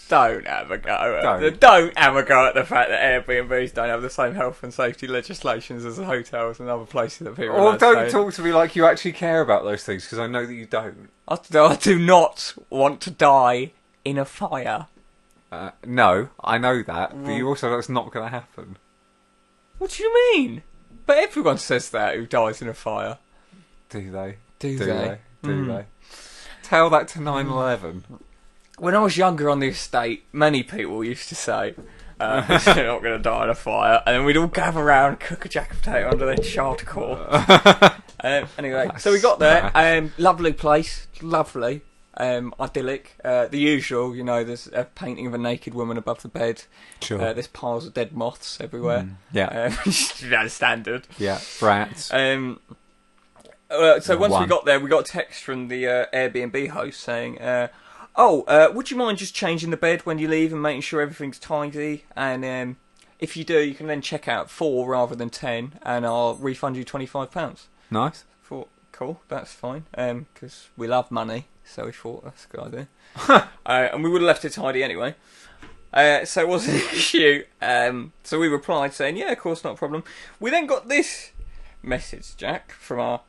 [SPEAKER 1] Don't have a go. At
[SPEAKER 4] Don't.
[SPEAKER 1] the, don't have a go at the fact that Airbnbs don't have the same health and safety legislations as hotels and other places that people.
[SPEAKER 4] or
[SPEAKER 1] are
[SPEAKER 4] Oh, don't
[SPEAKER 1] staying.
[SPEAKER 4] talk to me like you actually care about those things, because I know that you don't.
[SPEAKER 1] I, I do not want to die in a fire.
[SPEAKER 4] Uh, no, I know that,
[SPEAKER 1] Mm.
[SPEAKER 4] but you also know it's not going to happen.
[SPEAKER 1] What do you mean? But everyone says that who dies in a fire.
[SPEAKER 4] Do they?
[SPEAKER 1] Do they?
[SPEAKER 4] Do
[SPEAKER 1] Mm.
[SPEAKER 4] they? Do they? Tell that to 9 11.
[SPEAKER 1] When I was younger on the estate, many people used to say, uh, <laughs> "You're not going to die in a fire," and then we'd all gather around, cook a jack of potato under their
[SPEAKER 4] <laughs>
[SPEAKER 1] charcoal. Um, anyway, so we got there. Um, lovely place, lovely, um, idyllic. Uh, the usual, you know. There's a painting of a naked woman above the bed.
[SPEAKER 4] Sure. Mm,
[SPEAKER 1] Uh, there's piles of dead moths everywhere.
[SPEAKER 4] yeah.
[SPEAKER 1] Um, <laughs> that's standard.
[SPEAKER 4] yeah. Brats.
[SPEAKER 1] Um, uh, so once we
[SPEAKER 4] One.
[SPEAKER 1] got there, we got a text from the uh, Airbnb host saying, uh, "Oh, uh, would you mind just changing the bed when you leave and making sure everything's tidy? And um, if you do, you can then check out at four rather than ten, and I'll refund you twenty five pounds."
[SPEAKER 4] nice.
[SPEAKER 1] Thought, cool, that's fine, because we love money, so we thought that's a good idea. uh, and we would have left it tidy anyway. Uh, so it <laughs> was an issue. Um, so we replied saying, yeah, of course, not a problem. We then got this message, Jack, from our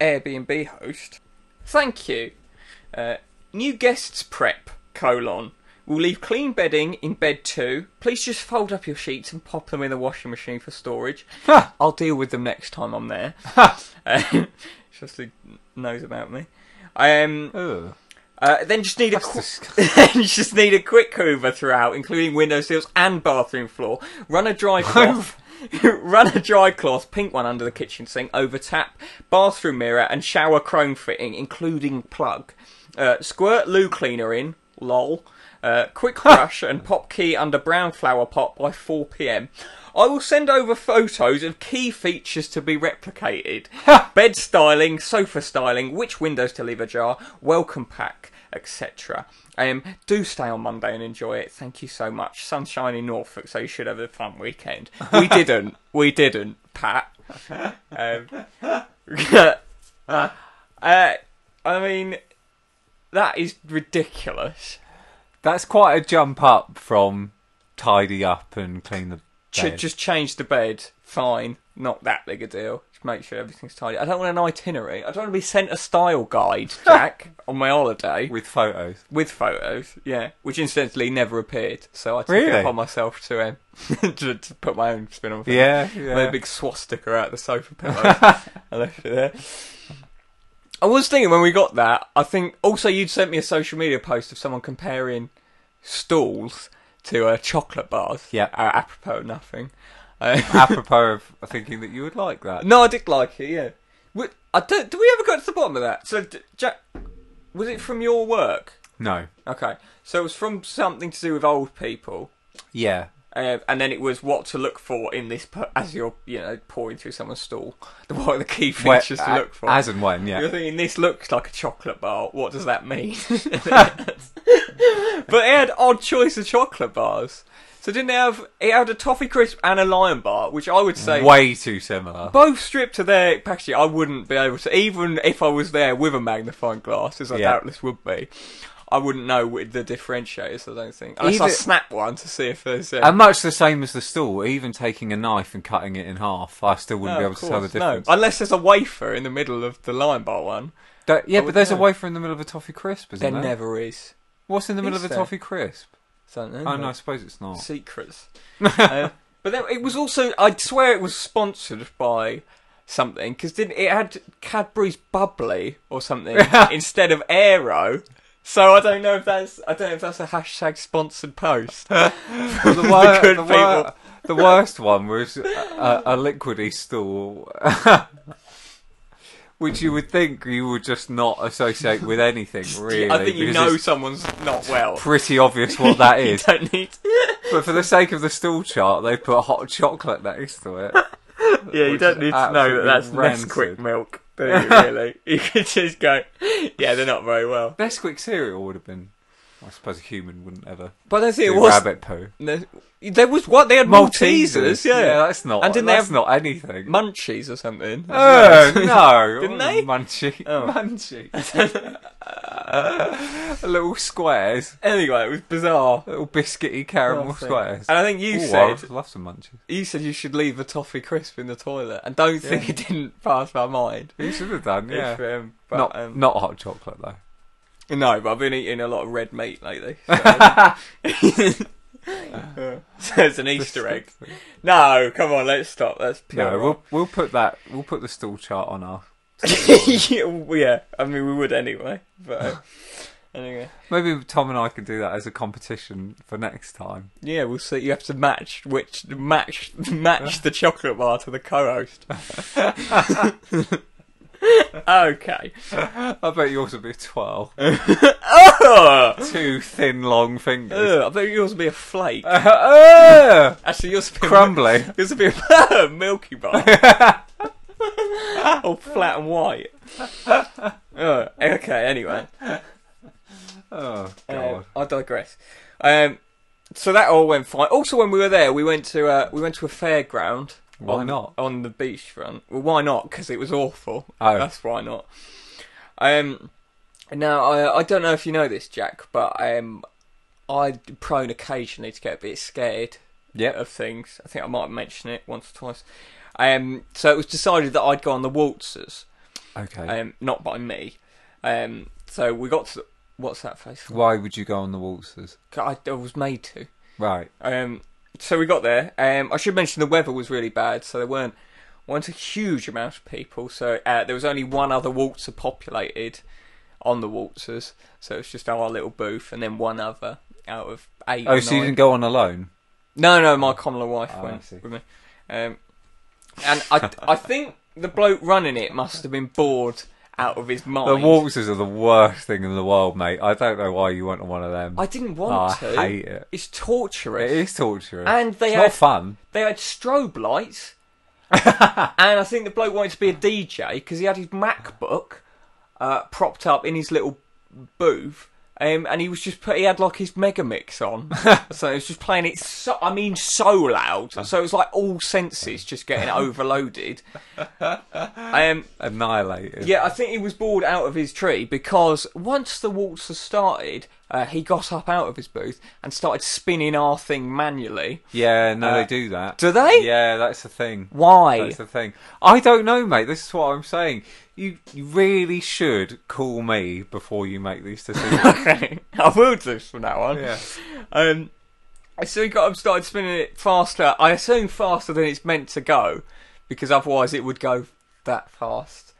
[SPEAKER 1] Airbnb host. Thank you. Uh, new guests prep, colon. We'll leave clean bedding in bed two. Please just fold up your sheets and pop them in the washing machine for storage. I'll deal with them next time I'm there. Uh, <laughs> Shusty knows about me. Um,
[SPEAKER 4] Ugh.
[SPEAKER 1] uh, then just need a
[SPEAKER 4] That's
[SPEAKER 1] qu-
[SPEAKER 4] disgusting.
[SPEAKER 1] <laughs> then just need a quick hoover throughout, including window sills and bathroom floor. Run a
[SPEAKER 4] <laughs>
[SPEAKER 1] dry cloth, <laughs> run a dry cloth, pink one under the kitchen sink, over tap, bathroom mirror, and shower chrome fitting, including plug. Uh, squirt loo cleaner in, lol. Uh, quick brush and pop key under brown flower pot by 4 p.m. I will send over photos of key features to be replicated: bed styling, sofa styling, which windows to leave ajar, welcome pack etc. Um, do stay on Monday and enjoy it. Thank you so much. Sunshine in Norfolk, so you should have a fun weekend. We didn't. We didn't, Pat. Um, <laughs> uh, I mean, that is ridiculous.
[SPEAKER 4] That's quite a jump up from tidy up and clean the
[SPEAKER 1] Ch-
[SPEAKER 4] bed.
[SPEAKER 1] just change the bed. Fine. Not that big a deal. Just make sure everything's tidy. I don't want an itinerary. I don't want to be sent a style
[SPEAKER 4] <laughs>
[SPEAKER 1] guide, Jack, on my holiday.
[SPEAKER 4] with photos.
[SPEAKER 1] with photos, yeah, which incidentally never appeared. So I took it
[SPEAKER 4] Really?
[SPEAKER 1] upon myself to, um, <laughs> to to put my own spin on. things.
[SPEAKER 4] Yeah,
[SPEAKER 1] I made
[SPEAKER 4] yeah.
[SPEAKER 1] a big swastika out of the
[SPEAKER 4] <laughs>
[SPEAKER 1] sofa pillow. I left it there. I was thinking when we got that. I think also you'd sent me a social media post of someone comparing stools to uh, chocolate bars.
[SPEAKER 4] Yeah.
[SPEAKER 1] uh, apropos of nothing. Uh,
[SPEAKER 4] <laughs>
[SPEAKER 1] <laughs>
[SPEAKER 4] Apropos of thinking that you would like that.
[SPEAKER 1] no, I did like it. Yeah, we, I don't. Do we ever go to the bottom of that? So, d- Jack, was it from your work?
[SPEAKER 4] No.
[SPEAKER 1] Okay, so it was from something to do with old people,
[SPEAKER 4] Yeah.
[SPEAKER 1] uh, and then it was what to look for in this per- as you're you know pouring through someone's stall. <laughs> The, what are the key
[SPEAKER 4] Where-
[SPEAKER 1] features to
[SPEAKER 4] a-
[SPEAKER 1] look for?
[SPEAKER 4] uh, As and when, yeah.
[SPEAKER 1] you're thinking this looks like a chocolate bar. What does that
[SPEAKER 4] <laughs>
[SPEAKER 1] mean? but it had odd choice of chocolate bars. So didn't it have it had a toffee crisp and a lion bar, which I would say
[SPEAKER 4] Way too similar.
[SPEAKER 1] both stripped to their packaging, I wouldn't be able to, even if I was there with a magnifying glass, as I
[SPEAKER 4] Yeah.
[SPEAKER 1] doubtless would be. I wouldn't know with the differentiators. I don't think. Unless I
[SPEAKER 4] Either-
[SPEAKER 1] snap one to see if there's. Uh,
[SPEAKER 4] and much the same as the stool, even taking a knife and cutting it in half, I still
[SPEAKER 1] no,
[SPEAKER 4] wouldn't be
[SPEAKER 1] of
[SPEAKER 4] able to tell the
[SPEAKER 1] course, no.
[SPEAKER 4] difference.
[SPEAKER 1] Unless there's a wafer in the middle of the lion bar one.
[SPEAKER 4] Don't-
[SPEAKER 1] I
[SPEAKER 4] yeah, but
[SPEAKER 1] wouldn't
[SPEAKER 4] there's a
[SPEAKER 1] know.
[SPEAKER 4] wafer in the middle of a toffee crisp, isn't
[SPEAKER 1] There
[SPEAKER 4] there?
[SPEAKER 1] never is.
[SPEAKER 4] What's in the middle
[SPEAKER 1] Is
[SPEAKER 4] of a
[SPEAKER 1] there?
[SPEAKER 4] toffee crisp?
[SPEAKER 1] Don't know.
[SPEAKER 4] Oh no, I suppose
[SPEAKER 1] <laughs>
[SPEAKER 4] it's not. <laughs>
[SPEAKER 1] secrets. Uh, but then it was also, I swear it was sponsored by something, because didn't it had Cadbury's Bubbly or
[SPEAKER 4] <laughs>
[SPEAKER 1] something instead of Aero. So I don't know if that's I don't know if that's a hashtag sponsored post.
[SPEAKER 4] the, wor-
[SPEAKER 1] good
[SPEAKER 4] the, wor-
[SPEAKER 1] people.
[SPEAKER 4] the worst one was a, a liquidy stool, <laughs> which you would think you would just not associate
[SPEAKER 1] <laughs>
[SPEAKER 4] with anything, <laughs> really.
[SPEAKER 1] I think you
[SPEAKER 4] because
[SPEAKER 1] know
[SPEAKER 4] it's
[SPEAKER 1] someone's not well.
[SPEAKER 4] pretty obvious
[SPEAKER 1] <laughs>
[SPEAKER 4] what that
[SPEAKER 1] You
[SPEAKER 4] is.
[SPEAKER 1] don't need. <laughs>
[SPEAKER 4] but for the sake of the stool chart, they put hot chocolate next to it.
[SPEAKER 1] Yeah, you
[SPEAKER 4] Which
[SPEAKER 1] don't need
[SPEAKER 4] is
[SPEAKER 1] to know that that's
[SPEAKER 4] absolutely
[SPEAKER 1] Nesquik
[SPEAKER 4] rancid.
[SPEAKER 1] milk. Do <laughs> you really? you could just go. Yeah, they're not very well.
[SPEAKER 4] Best quick cereal would have been. I suppose a human wouldn't ever.
[SPEAKER 1] But I think
[SPEAKER 4] do
[SPEAKER 1] it was.
[SPEAKER 4] rabbit poo.
[SPEAKER 1] There, there was what they had Maltesers. yeah.
[SPEAKER 4] that's not.
[SPEAKER 1] And didn't they
[SPEAKER 4] that's
[SPEAKER 1] have
[SPEAKER 4] not anything.
[SPEAKER 1] munchies or something.
[SPEAKER 4] Oh
[SPEAKER 1] <laughs>
[SPEAKER 4] no!
[SPEAKER 1] Didn't they?
[SPEAKER 4] Munchie,
[SPEAKER 1] <laughs> Oh.
[SPEAKER 4] munchie. <laughs> little squares,
[SPEAKER 1] anyway, it was bizarre.
[SPEAKER 4] little biscuity caramel
[SPEAKER 1] Nothing.
[SPEAKER 4] squares.
[SPEAKER 1] And I think you
[SPEAKER 4] Ooh,
[SPEAKER 1] said
[SPEAKER 4] I'd love some munchies.
[SPEAKER 1] you said you should leave the toffee crisp in the toilet, and don't think it didn't pass my mind.
[SPEAKER 4] You should have done, yeah.
[SPEAKER 1] If, um, but,
[SPEAKER 4] not
[SPEAKER 1] um,
[SPEAKER 4] not hot chocolate though.
[SPEAKER 1] no, but I've been eating a lot of red meat lately.
[SPEAKER 4] <laughs>
[SPEAKER 1] So, <laughs> so it's an <laughs> Easter egg. No, come on, let's stop. That's pure.
[SPEAKER 4] No, we'll we'll put that. We'll put the stool chart on our. <laughs>
[SPEAKER 1] we'll... <laughs> yeah, I mean we would anyway. But <laughs> uh, anyway,
[SPEAKER 4] Maybe Tom and I can do that as a competition for next time.
[SPEAKER 1] yeah, we'll see. You have to match which match <laughs> match the chocolate bar to the co-host. <laughs> okay.
[SPEAKER 4] I bet yours would be
[SPEAKER 1] <laughs>
[SPEAKER 4] a <laughs> twirl.
[SPEAKER 1] Ugh,
[SPEAKER 4] Two thin, long fingers.
[SPEAKER 1] I bet yours would be a
[SPEAKER 4] <laughs>
[SPEAKER 1] flake.
[SPEAKER 4] Ah!
[SPEAKER 1] Actually, yours would be <laughs>
[SPEAKER 4] Crumbly.
[SPEAKER 1] Yours would be a <laughs> milky
[SPEAKER 4] <laughs>
[SPEAKER 1] bar. All flat and white. Ugh, okay. Anyway,
[SPEAKER 4] Oh
[SPEAKER 1] uh,
[SPEAKER 4] god.
[SPEAKER 1] I digress. Um, so that all went fine. Also, when we were there, we went to uh, we went to a fairground.
[SPEAKER 4] Why
[SPEAKER 1] on-
[SPEAKER 4] not?
[SPEAKER 1] on the beachfront? Well, why not? Because it was awful.
[SPEAKER 4] Oh.
[SPEAKER 1] That's why not. Um, now I I don't know if you know this, Jack, but um, I'm prone occasionally to get a bit scared
[SPEAKER 4] Yep.
[SPEAKER 1] uh, of things. I think I might mention it once or twice. Um, so it was decided that I'd go on the waltzers,
[SPEAKER 4] Okay.
[SPEAKER 1] um, not by me. Um, so we got to. The, what's that face? For?
[SPEAKER 4] Why would you go on the waltzers?
[SPEAKER 1] I, I was made to.
[SPEAKER 4] Right.
[SPEAKER 1] Um, so we got there. Um, I should mention the weather was really bad, so there weren't weren't a huge amount of people. So uh, there was only one other waltzer populated on the waltzers. So it's just our little booth, and then one other out of eight.
[SPEAKER 4] Oh,
[SPEAKER 1] or
[SPEAKER 4] so you
[SPEAKER 1] nine.
[SPEAKER 4] didn't go on alone?
[SPEAKER 1] No, no, my commoner wife
[SPEAKER 4] Oh, I
[SPEAKER 1] went
[SPEAKER 4] see.
[SPEAKER 1] with me. Um, and I, I think the bloke running it must have been bored out of his mind.
[SPEAKER 4] The waltzers are the worst thing in the world, mate. I don't know why you went on one of them.
[SPEAKER 1] I didn't
[SPEAKER 4] Oh,
[SPEAKER 1] want to.
[SPEAKER 4] I hate it.
[SPEAKER 1] It's torturous.
[SPEAKER 4] It is torturous.
[SPEAKER 1] And they
[SPEAKER 4] it's
[SPEAKER 1] had-
[SPEAKER 4] not fun.
[SPEAKER 1] They had strobe lights, and I think the bloke wanted to be a DJ because he had his MacBook uh, propped up in his little booth, um, and he was just put. He had like his Megamix on, so he was just playing it. So I mean, so loud, so it was like all senses just getting overloaded. Um,
[SPEAKER 4] Annihilated.
[SPEAKER 1] yeah, I think he was bored out of his tree because once the waltz has started, uh, he got up out of his booth and started spinning our thing manually.
[SPEAKER 4] Yeah, no,
[SPEAKER 1] Uh,
[SPEAKER 4] they do that.
[SPEAKER 1] do they?
[SPEAKER 4] Yeah, that's the thing.
[SPEAKER 1] Why?
[SPEAKER 4] That's the thing. I don't know, mate. This is what I'm saying. You, you really should call me before you make
[SPEAKER 1] <laughs>
[SPEAKER 4] these decisions.
[SPEAKER 1] okay, I will do this from now on.
[SPEAKER 4] yeah.
[SPEAKER 1] Um, so we got him started spinning it faster. I assume faster than it's meant to go, because otherwise it would go that fast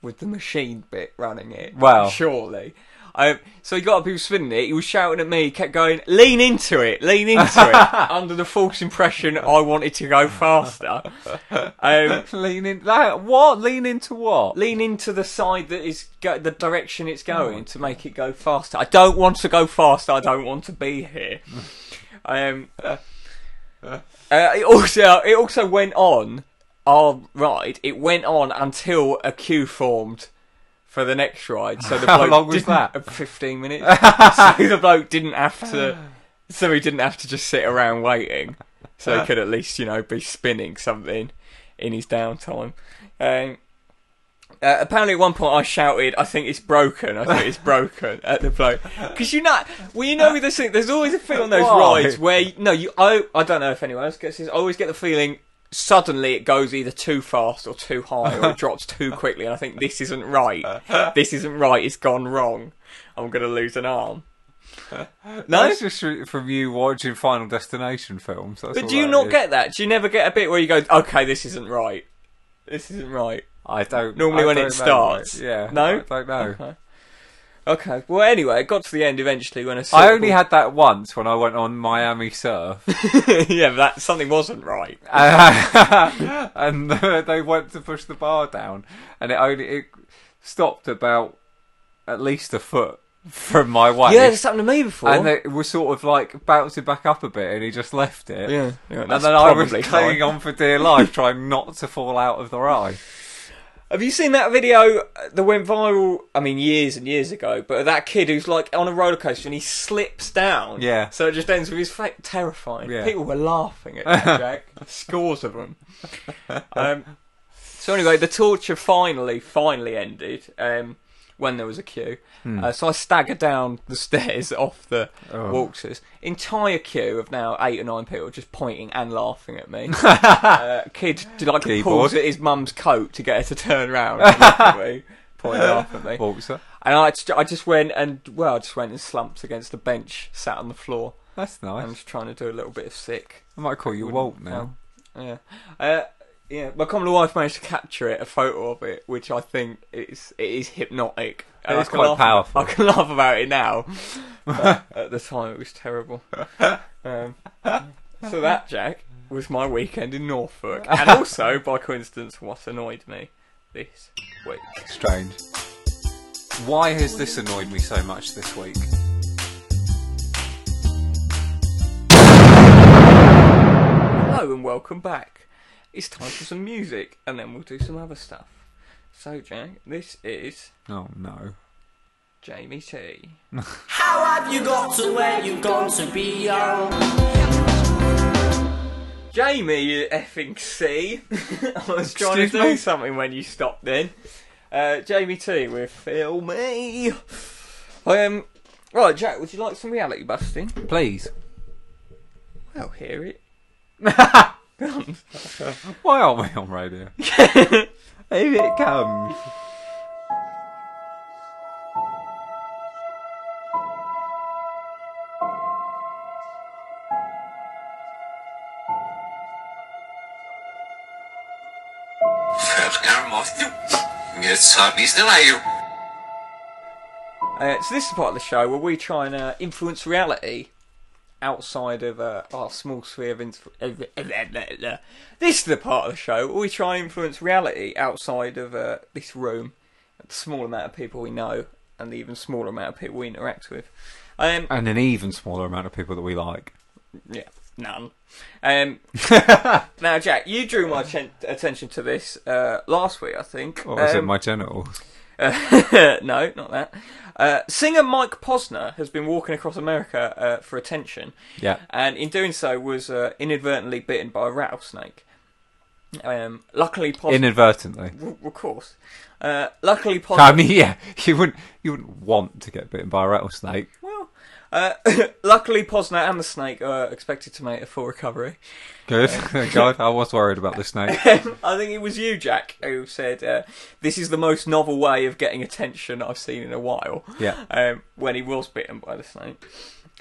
[SPEAKER 1] with the machine bit running it.
[SPEAKER 4] Wow.
[SPEAKER 1] surely. Um, so he got up, he was spinning it. He was shouting at me, kept going, "Lean into it, lean into it." under the false impression I wanted to go faster. Um,
[SPEAKER 4] Lean in. Like, what? Lean into what? Oh,
[SPEAKER 1] lean into the side that is go- the direction it's going to make it go faster. I don't want to go faster. I don't want to be
[SPEAKER 4] <laughs>
[SPEAKER 1] here. um, uh, it also it also went on our ride. It went on until a queue formed for the next ride. So the
[SPEAKER 4] <laughs> How
[SPEAKER 1] bloke
[SPEAKER 4] long was
[SPEAKER 1] didn't-
[SPEAKER 4] that?
[SPEAKER 1] uh, Fifteen
[SPEAKER 4] <laughs>
[SPEAKER 1] minutes. so the bloke didn't have to. So he didn't have to just sit around waiting. So
[SPEAKER 4] <laughs>
[SPEAKER 1] he could at least you know be spinning something in his downtime. Um, uh, apparently, at one point, I shouted, "I think it's broken! I think it's broken!" at the bloke because you know, well, you know, with this thing, there's always a thing on those
[SPEAKER 4] Why?
[SPEAKER 1] rides where you, no, you, I, I don't know if anyone else gets this. I always get the feeling suddenly it goes either too fast or too high, or it
[SPEAKER 4] <laughs>
[SPEAKER 1] drops too quickly, and I think this isn't right. This isn't right. It's gone wrong. I'm gonna lose an
[SPEAKER 4] <laughs>
[SPEAKER 1] arm. No,
[SPEAKER 4] That's just fr- from you watching Final Destination films. That's all
[SPEAKER 1] but do you
[SPEAKER 4] that
[SPEAKER 1] not
[SPEAKER 4] is.
[SPEAKER 1] get that? Do you never get a bit where you go, "Okay, this isn't right. This isn't right."
[SPEAKER 4] I don't.
[SPEAKER 1] Normally
[SPEAKER 4] I
[SPEAKER 1] when
[SPEAKER 4] don't
[SPEAKER 1] it
[SPEAKER 4] know, mate.
[SPEAKER 1] starts.
[SPEAKER 4] Yeah.
[SPEAKER 1] No?
[SPEAKER 4] I don't know.
[SPEAKER 1] Okay. Okay. Well, anyway, it got to the end eventually when I.
[SPEAKER 4] I only had that once when I went on Miami Surf,
[SPEAKER 1] <laughs>
[SPEAKER 4] <laughs>
[SPEAKER 1] yeah, but that something wasn't right.
[SPEAKER 4] Uh, and <laughs> they went to push the bar down, and it only it stopped about at least a foot from my waist.
[SPEAKER 1] Yeah, it's happened to me before.
[SPEAKER 4] and it was sort of like bouncing back up a bit, and he just left it.
[SPEAKER 1] yeah, yeah,
[SPEAKER 4] And
[SPEAKER 1] that's
[SPEAKER 4] then I was
[SPEAKER 1] probably
[SPEAKER 4] clinging
[SPEAKER 1] fine.
[SPEAKER 4] on for
[SPEAKER 1] <laughs>
[SPEAKER 4] dear life, trying not to fall out of the ride.
[SPEAKER 1] Have you seen that video uh, that went viral? I mean, years and years ago. But that kid who's like on a roller coaster and he slips down.
[SPEAKER 4] Yeah.
[SPEAKER 1] So it just ends with his face terrifying.
[SPEAKER 4] Yeah.
[SPEAKER 1] People were laughing at
[SPEAKER 4] <laughs>
[SPEAKER 1] that, Jack. Scores of them. Um, so anyway, the torture finally, finally ended. Um, when there was a queue, uh, so I staggered down the stairs <laughs> off the
[SPEAKER 4] Hmm. Oh.
[SPEAKER 1] waltzers. Entire queue of now eight or nine people just pointing and laughing at
[SPEAKER 4] <laughs>
[SPEAKER 1] me. uh, kid did like pulls
[SPEAKER 4] Keyboard.
[SPEAKER 1] at his mum's coat to get her to turn round and look at me, point and laugh at me.
[SPEAKER 4] Walter.
[SPEAKER 1] And I just, I just went and well, I just went and slumped against the bench, sat on the floor.
[SPEAKER 4] That's
[SPEAKER 1] I'm
[SPEAKER 4] nice.
[SPEAKER 1] just trying to do a little bit of sick.
[SPEAKER 4] I might call you Walt now.
[SPEAKER 1] Yeah, uh, yeah. My common wife managed to capture it, a photo of it, which I think is it is hypnotic. And
[SPEAKER 4] It
[SPEAKER 1] I
[SPEAKER 4] is
[SPEAKER 1] can
[SPEAKER 4] quite
[SPEAKER 1] laugh about-
[SPEAKER 4] powerful.
[SPEAKER 1] I can laugh about it
[SPEAKER 4] <laughs>
[SPEAKER 1] now. but at the time, it was terrible. Um, so that Jack was my weekend in Norfolk, and also by coincidence, what annoyed me this week.
[SPEAKER 4] Strange. Why has this annoyed me so much this week?
[SPEAKER 1] Hello and welcome back. It's time for some music, and then we'll do some other stuff. So Jack, this is
[SPEAKER 4] Oh no.
[SPEAKER 1] Jamie T.
[SPEAKER 6] How have you got to where you've gone to be? Oh,
[SPEAKER 1] Jamie, you effing C.
[SPEAKER 4] <laughs>
[SPEAKER 1] I was trying
[SPEAKER 4] Excuse
[SPEAKER 1] to do
[SPEAKER 4] me?
[SPEAKER 1] something when you stopped then. Uh, Jamie T with Feel Me. Um, right, Jack, would you
[SPEAKER 4] <laughs>
[SPEAKER 1] like some reality busting?
[SPEAKER 4] Please.
[SPEAKER 1] Well, hear it. films.
[SPEAKER 4] Why aren't we on radio? Here it comes.
[SPEAKER 7] It's hobbies tonight. You
[SPEAKER 1] Uh, so this is the part of the show where we try and uh, influence reality outside of uh, our small sphere of influence. This is the part of the show where we try and influence reality outside of uh, this room, the small amount of people we know, and the even smaller amount of people we interact with. Um,
[SPEAKER 4] And an even smaller amount of people that we like.
[SPEAKER 1] yeah, none. Um, now, Jack, you drew my atten- attention to this uh, last week, I think.
[SPEAKER 4] Or is it
[SPEAKER 1] Um, <laughs>
[SPEAKER 4] my genitals?
[SPEAKER 1] uh, <laughs> no, not that. Uh, singer Mike Posner has been walking across America uh, for attention,
[SPEAKER 4] Yeah.
[SPEAKER 1] and in doing so was uh, inadvertently bitten by a rattlesnake. Um, luckily, Posner.
[SPEAKER 4] Inadvertently.
[SPEAKER 1] w- of course. Uh, luckily, Posner.
[SPEAKER 4] <laughs> I mean, yeah, you wouldn't you wouldn't want to get bitten by a rattlesnake.
[SPEAKER 1] Well, uh, <laughs> luckily, Posner and the snake are expected to make a full recovery. <laughs>
[SPEAKER 4] Good. <laughs> Thank God, I was worried about the snake.
[SPEAKER 1] I think it was you, Jack, who said uh, this is the most novel way of getting attention I've seen in a while.
[SPEAKER 4] Yeah.
[SPEAKER 1] Um, when he was bitten by the snake,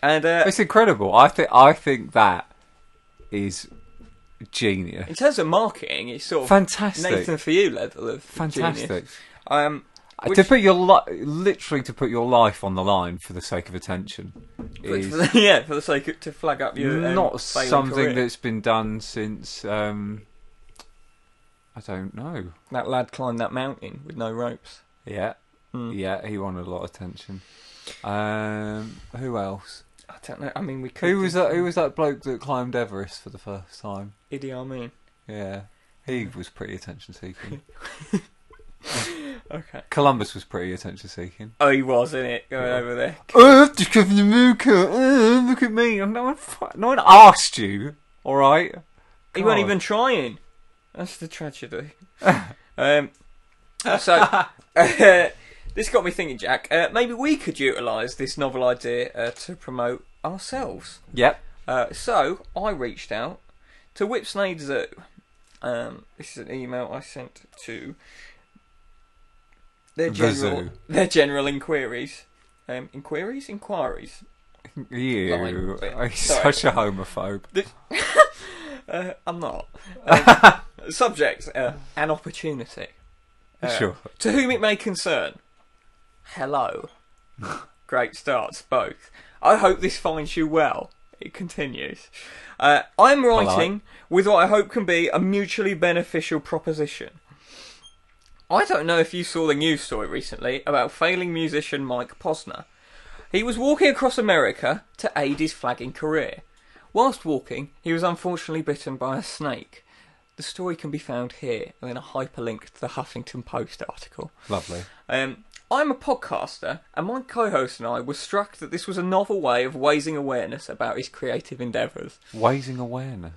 [SPEAKER 1] and uh,
[SPEAKER 4] It's incredible. I think I think that is
[SPEAKER 1] In
[SPEAKER 4] genius.
[SPEAKER 1] terms of marketing, it's sort of
[SPEAKER 4] Fantastic.
[SPEAKER 1] Nathan for you level of
[SPEAKER 4] Fantastic. Uh,
[SPEAKER 1] genius. Um, which,
[SPEAKER 4] to put your li- literally to put your life on the line for the sake of attention
[SPEAKER 1] which
[SPEAKER 4] is
[SPEAKER 1] for the- <laughs> yeah, for the sake of, to flag up your um,
[SPEAKER 4] not
[SPEAKER 1] failing
[SPEAKER 4] something
[SPEAKER 1] career.
[SPEAKER 4] that's been done since um, I don't know.
[SPEAKER 1] that lad climbed that mountain with no ropes.
[SPEAKER 4] Yeah,
[SPEAKER 1] Hmm.
[SPEAKER 4] yeah, he wanted a lot of attention. Um, who else?
[SPEAKER 1] I don't know. I mean, we could.
[SPEAKER 4] Who was
[SPEAKER 1] do
[SPEAKER 4] that? Who was that bloke that climbed Everest for the first time?
[SPEAKER 1] Idi Amin.
[SPEAKER 4] Yeah, he was pretty attention <laughs> seeking.
[SPEAKER 1] Okay.
[SPEAKER 4] Columbus was pretty attention seeking.
[SPEAKER 1] Oh, he was in it going over there.
[SPEAKER 4] Oh, I've discovered America. Oh, look at me. No one, fu- no one asked you. All right.
[SPEAKER 1] He weren't
[SPEAKER 4] God.
[SPEAKER 1] even trying. That's the <laughs> tragedy. um, so <laughs> uh, this got me thinking, Jack. Uh, maybe we could utilise this novel idea uh, to promote ourselves.
[SPEAKER 4] Yep.
[SPEAKER 1] Uh, so I reached out to Whipsnade Zoo. Um, this is an email I sent to their
[SPEAKER 4] The
[SPEAKER 1] general
[SPEAKER 4] zoo.
[SPEAKER 1] <laughs> their general inquiries. Um, inquiries, inquiries.
[SPEAKER 4] You
[SPEAKER 1] Fine, but-
[SPEAKER 4] are
[SPEAKER 1] sorry.
[SPEAKER 4] such a homophobe.
[SPEAKER 1] Uh, I'm
[SPEAKER 4] <laughs>
[SPEAKER 1] not. Um, subject: uh, An opportunity. Uh,
[SPEAKER 4] sure.
[SPEAKER 1] To whom it may concern. Hello. Great starts, both. I hope this finds you well. It continues. Uh, I'm writing with what I hope can be a mutually beneficial proposition. I don't know if you saw the news story recently about failing musician Mike Posner. He was walking across America to aid his flagging career. Whilst walking, he was unfortunately bitten by a snake. The story can be found here, and then a hyperlink to the Huffington Post article.
[SPEAKER 4] Lovely.
[SPEAKER 1] Um, I'm a podcaster, and my co-host and I were struck that this was a novel way of raising awareness about his creative endeavours.
[SPEAKER 4] Waising awareness.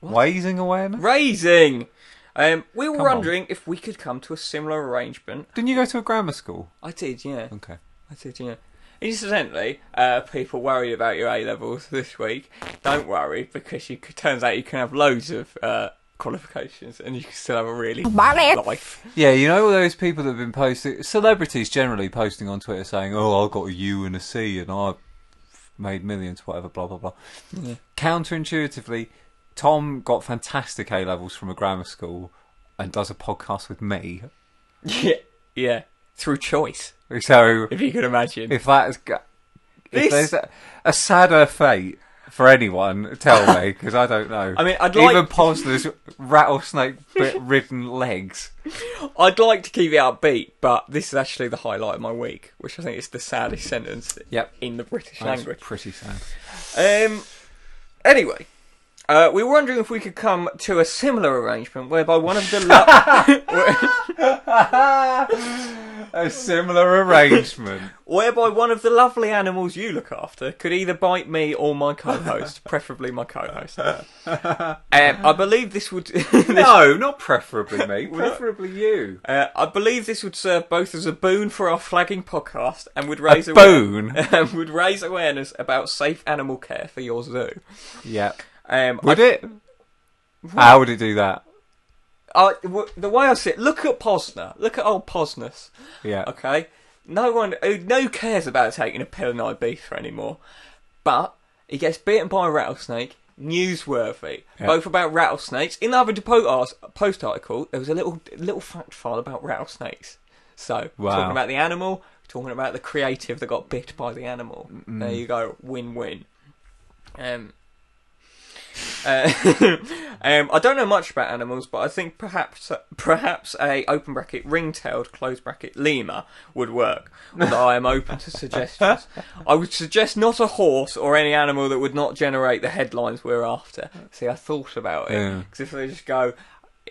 [SPEAKER 4] Waising awareness?
[SPEAKER 1] Raising. Um, we were
[SPEAKER 4] Come on.
[SPEAKER 1] wondering if we could come to a similar arrangement.
[SPEAKER 4] Didn't you go to a grammar school?
[SPEAKER 1] I did, yeah.
[SPEAKER 4] Okay.
[SPEAKER 1] I did, yeah. Incidentally, uh, people worried about your A levels this week. Don't worry, because you c turns out you can have loads of uh, qualifications, and you can still have a
[SPEAKER 4] <laughs>
[SPEAKER 1] really
[SPEAKER 5] Vale.
[SPEAKER 1] life.
[SPEAKER 4] Yeah, you know all those people that have been posting, celebrities generally posting on Twitter saying, "Oh, I got a U and a C, and I made millions, whatever." Blah blah blah. Counterintuitively, Tom got fantastic A levels from a grammar school and does a podcast with me.
[SPEAKER 1] Yeah, yeah. Through choice,
[SPEAKER 4] So
[SPEAKER 1] <laughs> if you can imagine.
[SPEAKER 4] if that is, g- if
[SPEAKER 1] This-
[SPEAKER 4] there's a, a sadder fate for anyone, tell
[SPEAKER 1] <laughs>
[SPEAKER 4] me because I don't know.
[SPEAKER 1] I mean, I'd
[SPEAKER 4] even
[SPEAKER 1] like-
[SPEAKER 4] Posner's rattlesnake-ridden legs.
[SPEAKER 1] I'd like to keep it upbeat, but this is actually the highlight of my week, which I think is the saddest sentence
[SPEAKER 4] Yep.
[SPEAKER 1] in the British
[SPEAKER 4] That's
[SPEAKER 1] language.
[SPEAKER 4] pretty sad.
[SPEAKER 1] Um. Anyway, uh, we were wondering if we could come to a similar arrangement whereby one of the
[SPEAKER 4] <laughs>
[SPEAKER 1] la-
[SPEAKER 4] A similar arrangement.
[SPEAKER 1] whereby one of the lovely animals you look after could either bite me or my
[SPEAKER 4] <laughs>
[SPEAKER 1] co-host, preferably my co-host. um, I believe this would. <laughs>
[SPEAKER 4] No, not preferably <laughs> me. Preferably you.
[SPEAKER 1] Uh, I believe this would serve both as a boon for our flagging podcast and would raise awa- <laughs>
[SPEAKER 4] boon?
[SPEAKER 1] and would raise awareness about safe animal care for your zoo.
[SPEAKER 4] Yeah.
[SPEAKER 1] Um,
[SPEAKER 4] Would
[SPEAKER 1] I-
[SPEAKER 4] it? How would it do that?
[SPEAKER 1] I- w- the way I see it, look at Posner. Look at old Posner's.
[SPEAKER 4] Yeah.
[SPEAKER 1] Okay. No one, who no cares about taking a pill in Ibiza anymore. But he gets bitten by a rattlesnake. Newsworthy.
[SPEAKER 4] Yeah.
[SPEAKER 1] Both about rattlesnakes. In the other po- ars- post article, there was a little little fact file about rattlesnakes. So
[SPEAKER 4] Wow.
[SPEAKER 1] talking about the animal, talking about the creative that got bit by the animal.
[SPEAKER 4] mm.
[SPEAKER 1] There you go. Win win. Um. Uh, <laughs> um, I don't know much about animals, but I think perhaps perhaps a open bracket ring-tailed close bracket lemur would work. Although I am open to suggestions. I would suggest not a horse or any animal that would not generate the headlines we're after. See, I thought about it
[SPEAKER 4] Yeah.
[SPEAKER 1] because if they just go,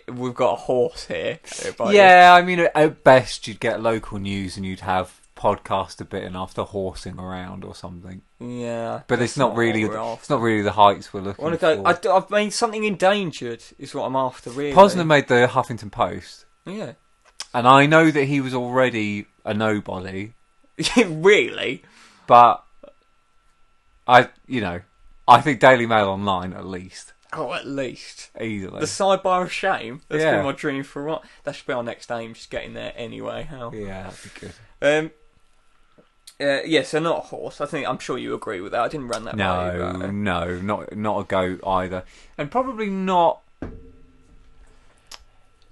[SPEAKER 1] we've got a horse here. everybody-
[SPEAKER 4] Yeah, I mean, at- at best you'd get local news and you'd have podcast a bit and after horsing around or something.
[SPEAKER 1] yeah.
[SPEAKER 4] But
[SPEAKER 1] that's
[SPEAKER 4] it's not really,
[SPEAKER 1] what we're after.
[SPEAKER 4] it's not really the heights we're looking
[SPEAKER 1] I want to
[SPEAKER 4] for.
[SPEAKER 1] go. I, d- I've made something endangered. Is what I'm after. Really.
[SPEAKER 4] Posner made the Huffington Post,
[SPEAKER 1] Yeah. <laughs>
[SPEAKER 4] and I know that he was already a nobody,
[SPEAKER 1] really.
[SPEAKER 4] but I, you know, I think Daily Mail Online at least
[SPEAKER 1] Oh, at least.
[SPEAKER 4] easily.
[SPEAKER 1] The sidebar of shame. That's
[SPEAKER 4] Yeah.
[SPEAKER 1] been my dream for a while. That should be our next aim, just getting there anyway. How?
[SPEAKER 4] yeah, that'd be good.
[SPEAKER 1] Um, uh, yeah, so not a horse. I think I'm sure you agree with that. I didn't run that by you.
[SPEAKER 4] No,
[SPEAKER 1] but, uh,
[SPEAKER 4] no, not not a goat either, and probably not.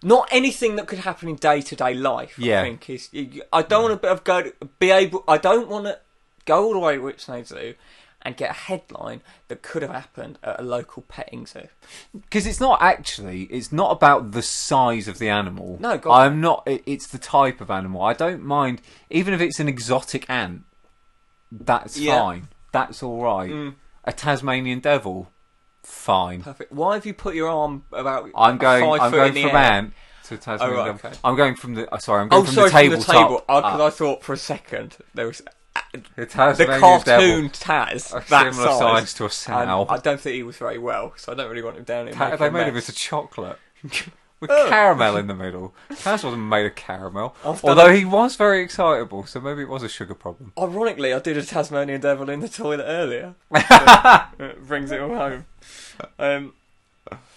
[SPEAKER 1] not anything that could happen in day to day life.
[SPEAKER 4] Yeah.
[SPEAKER 1] I think is. you- you- I don't want to have go be able. I don't want to go all the way to Whipsnade Zoo and get a headline that could have happened at a local petting zoo.
[SPEAKER 4] Because it's not actually, it's not about the size of the animal.
[SPEAKER 1] No, God.
[SPEAKER 4] I'm not. it- It's the type of animal. I don't mind, even if it's an exotic ant. That's
[SPEAKER 1] Yeah. Mm.
[SPEAKER 4] fine. That's all right. A Tasmanian devil, fine.
[SPEAKER 1] Perfect. Why have you put your arm about?
[SPEAKER 4] I'm going.
[SPEAKER 1] Five
[SPEAKER 4] I'm
[SPEAKER 1] foot
[SPEAKER 4] going
[SPEAKER 1] in the
[SPEAKER 4] from
[SPEAKER 1] air?
[SPEAKER 4] ant to Tasmanian
[SPEAKER 1] Oh, right,
[SPEAKER 4] devil.
[SPEAKER 1] okay.
[SPEAKER 4] I'm going from the. uh, sorry, I'm going
[SPEAKER 1] Oh,
[SPEAKER 4] from,
[SPEAKER 1] sorry,
[SPEAKER 4] the tabletop
[SPEAKER 1] from the table. Oh, 'cause I
[SPEAKER 4] up.
[SPEAKER 1] thought for a second there was
[SPEAKER 4] The
[SPEAKER 1] the
[SPEAKER 4] Tasmanian devil.
[SPEAKER 1] cartoon Taz,
[SPEAKER 4] A
[SPEAKER 1] that
[SPEAKER 4] similar
[SPEAKER 1] size,
[SPEAKER 4] size to a
[SPEAKER 1] And
[SPEAKER 4] sow.
[SPEAKER 1] I don't think he was very well, so I don't really want him down.
[SPEAKER 4] Ta-
[SPEAKER 1] here.
[SPEAKER 4] they made it with a chocolate
[SPEAKER 1] <laughs>
[SPEAKER 4] with caramel in the middle. Taz wasn't made of caramel,
[SPEAKER 1] Oh. I've done
[SPEAKER 4] although
[SPEAKER 1] it-
[SPEAKER 4] he was very excitable, so maybe it was a sugar problem.
[SPEAKER 1] Ironically, I did a Tasmanian devil in the toilet
[SPEAKER 4] <laughs>
[SPEAKER 1] earlier. It brings it all home. Um,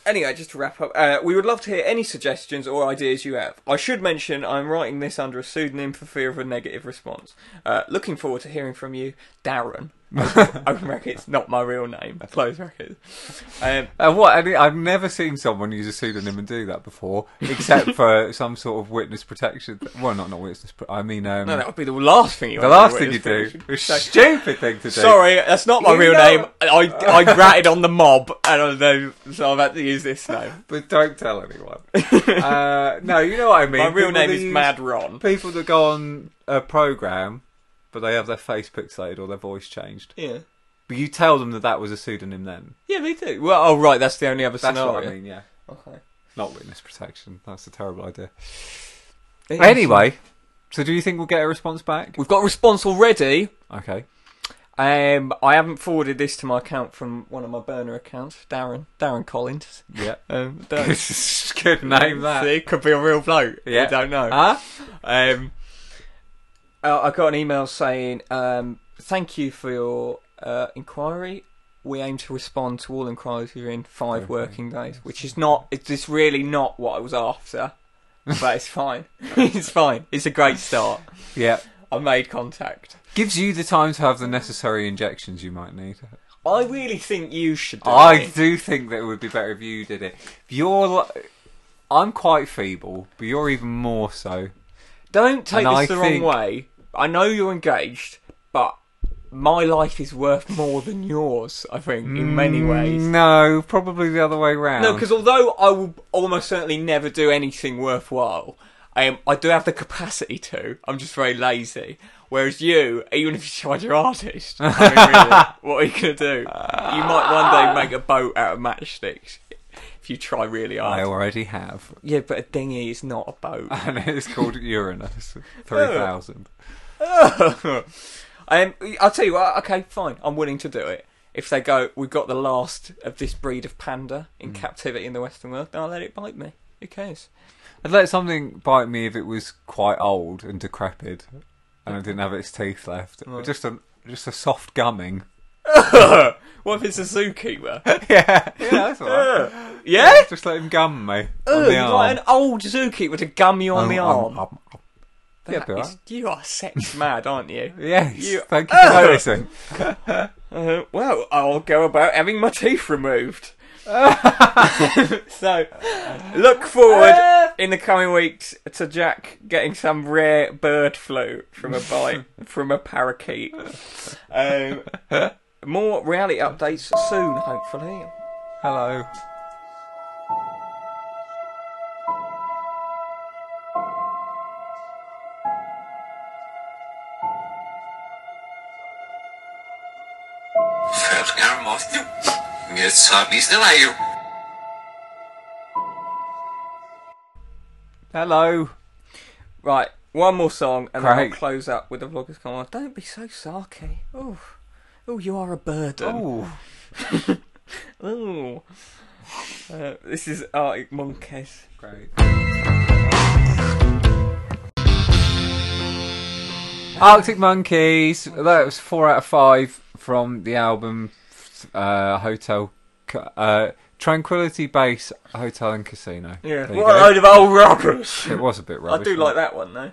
[SPEAKER 1] anyway, just to wrap up, uh, we would love to hear any suggestions or ideas you have. I should mention I'm writing this under a pseudonym for fear of a negative response. Uh, looking forward to hearing from you, Darren.
[SPEAKER 4] <laughs>
[SPEAKER 1] Open brackets, not my real name. Close brackets. Um,
[SPEAKER 4] And what? And I've never seen someone use a pseudonym and do that before, except
[SPEAKER 1] <laughs>
[SPEAKER 4] for some sort of witness protection. th- Well, not not witness. Pro- I mean, um,
[SPEAKER 1] no, that would be the last thing you.
[SPEAKER 4] the
[SPEAKER 1] want to
[SPEAKER 4] last
[SPEAKER 1] do
[SPEAKER 4] thing you
[SPEAKER 1] is-
[SPEAKER 4] do, a
[SPEAKER 1] So-
[SPEAKER 4] stupid thing to do.
[SPEAKER 1] Sorry, that's not my
[SPEAKER 4] You
[SPEAKER 1] real
[SPEAKER 4] know-
[SPEAKER 1] name. I,
[SPEAKER 4] <laughs>
[SPEAKER 1] I ratted on the mob, and I know, so I've had to use this
[SPEAKER 4] <laughs>
[SPEAKER 1] name.
[SPEAKER 4] but don't tell
[SPEAKER 1] <laughs>
[SPEAKER 4] anyone. uh, no, you know what I mean.
[SPEAKER 1] My real
[SPEAKER 4] People
[SPEAKER 1] name
[SPEAKER 4] that
[SPEAKER 1] is
[SPEAKER 4] use-
[SPEAKER 1] Mad Ron.
[SPEAKER 4] People that go on a program, but they have their face pixelated or their voice changed.
[SPEAKER 1] Yeah.
[SPEAKER 4] But you tell them that that was a pseudonym then.
[SPEAKER 1] Yeah, they do. Well, oh right, that's the only other
[SPEAKER 4] That's
[SPEAKER 1] scenario.
[SPEAKER 4] what I mean, yeah.
[SPEAKER 1] Okay.
[SPEAKER 4] Not witness protection. That's a terrible idea. Anyway, so do you think we'll get a response back?
[SPEAKER 1] we've got a response already.
[SPEAKER 4] Okay.
[SPEAKER 1] Um, I haven't forwarded this to my account from one of my burner accounts, Darren, Darren Collins.
[SPEAKER 4] Yeah. <laughs>
[SPEAKER 1] Um, don't-
[SPEAKER 4] Good name
[SPEAKER 1] <laughs>
[SPEAKER 4] that.
[SPEAKER 1] See, could be a real bloke.
[SPEAKER 4] Yeah.
[SPEAKER 1] You don't know.
[SPEAKER 4] Huh?
[SPEAKER 1] Um, uh, I got an email saying, um, "Thank you for your uh, inquiry. We aim to respond to all inquiries within five working days, which is not. It's just really not what I was after, but it's fine. <laughs> it's fine. It's a great start.
[SPEAKER 4] Yeah.
[SPEAKER 1] I made contact.
[SPEAKER 4] Gives you the time to have the necessary injections you might need.
[SPEAKER 1] I really think you should. Do
[SPEAKER 4] I
[SPEAKER 1] it.
[SPEAKER 4] do think that it would be better if you did it. If You're. li- I'm quite feeble, but you're even more so.
[SPEAKER 1] don't take
[SPEAKER 4] and
[SPEAKER 1] this
[SPEAKER 4] I
[SPEAKER 1] the
[SPEAKER 4] think-
[SPEAKER 1] wrong way. I know you're engaged, but." My life is worth more than yours, I think, in
[SPEAKER 4] Mm,
[SPEAKER 1] many ways.
[SPEAKER 4] No, probably the other way round.
[SPEAKER 1] No, because although I will almost certainly never do anything worthwhile, um, I do have the capacity to. I'm just very lazy. Whereas you, even if you tried your hardest, I mean, really, what are you going to do? You might one day make a boat out of matchsticks if you try really
[SPEAKER 4] I
[SPEAKER 1] hard.
[SPEAKER 4] already have.
[SPEAKER 1] Yeah, but a dinghy is not a boat. <laughs>
[SPEAKER 4] And it's called Uranus
[SPEAKER 1] Oh.
[SPEAKER 4] 3000.
[SPEAKER 1] um, I'll tell you what. Okay, fine. I'm willing to do it. If they go, we've got the last of this breed of panda in captivity in the Western world. Then I'll let it bite me. Who cares?
[SPEAKER 4] I'd let something bite me if it was quite old and decrepit, and it didn't have its teeth left. Just a just
[SPEAKER 1] <laughs>
[SPEAKER 4] a soft gumming.
[SPEAKER 1] What if it's a zookeeper? <laughs>
[SPEAKER 4] yeah, yeah, that's all right.
[SPEAKER 1] Yeah?
[SPEAKER 4] Just let him gum me on
[SPEAKER 1] Eh? Ugh,
[SPEAKER 4] the
[SPEAKER 1] you're
[SPEAKER 4] arm.
[SPEAKER 1] like an old zookeeper to gum you on
[SPEAKER 4] Um,
[SPEAKER 1] the
[SPEAKER 4] um,
[SPEAKER 1] arm.
[SPEAKER 4] um, um.
[SPEAKER 1] That
[SPEAKER 4] Yeah, be
[SPEAKER 1] is-
[SPEAKER 4] right.
[SPEAKER 1] you are sex <laughs> mad, aren't you?
[SPEAKER 4] Yes,
[SPEAKER 1] You-
[SPEAKER 4] thank you for noticing.
[SPEAKER 1] Uh, well, I'll go about having my teeth removed. <laughs> so, look forward in the coming weeks to Jack getting some rare bird flu from a <laughs> bite from a parakeet. Um, more reality updates soon, hopefully.
[SPEAKER 4] Hello.
[SPEAKER 7] Verkar Matthew. Jetzt hab ich's den Eier.
[SPEAKER 4] Hello.
[SPEAKER 1] Right, one more song, and then
[SPEAKER 4] Great.
[SPEAKER 1] I'll close up with the vloggers come on. Don't be so sarky. Oh, oh, you are a burden.
[SPEAKER 4] Oh,
[SPEAKER 1] <laughs> Oh, Uh, this is Arctic Monkeys.
[SPEAKER 4] great. Arctic Monkeys. That was four out of five from the album uh, Hotel Ca- uh, Tranquility Base Hotel and Casino.
[SPEAKER 1] Yeah,
[SPEAKER 4] There you
[SPEAKER 1] what a
[SPEAKER 4] go.
[SPEAKER 1] load of old
[SPEAKER 4] <laughs>
[SPEAKER 1] rubbish.
[SPEAKER 4] It was a bit
[SPEAKER 1] I
[SPEAKER 4] rubbish.
[SPEAKER 1] do like that one though.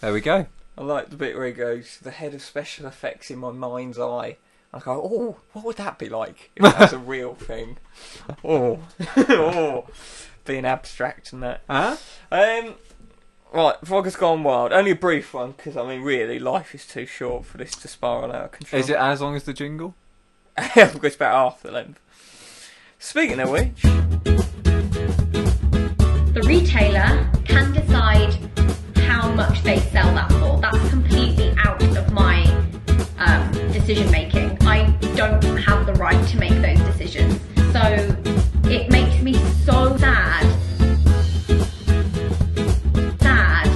[SPEAKER 4] There we go.
[SPEAKER 1] I like the bit where he goes, the head of special effects in my mind's eye. I go, oh, what would that be like if
[SPEAKER 4] <laughs>
[SPEAKER 1] that was a real thing? <laughs> Oh, oh, being abstract and that.
[SPEAKER 4] Huh?
[SPEAKER 1] Um, right, Vlog has gone wild. Only a brief one because I mean, really, life is too short for this to spiral out of control.
[SPEAKER 4] Is
[SPEAKER 1] <laughs>
[SPEAKER 4] it as long as the jingle?
[SPEAKER 1] it's about half the length. Speaking of which,
[SPEAKER 8] the retailer can decide how much they sell that for. That's completely out of my um, decision making. I don't have the right to make those decisions. So it makes me so sad. Sad.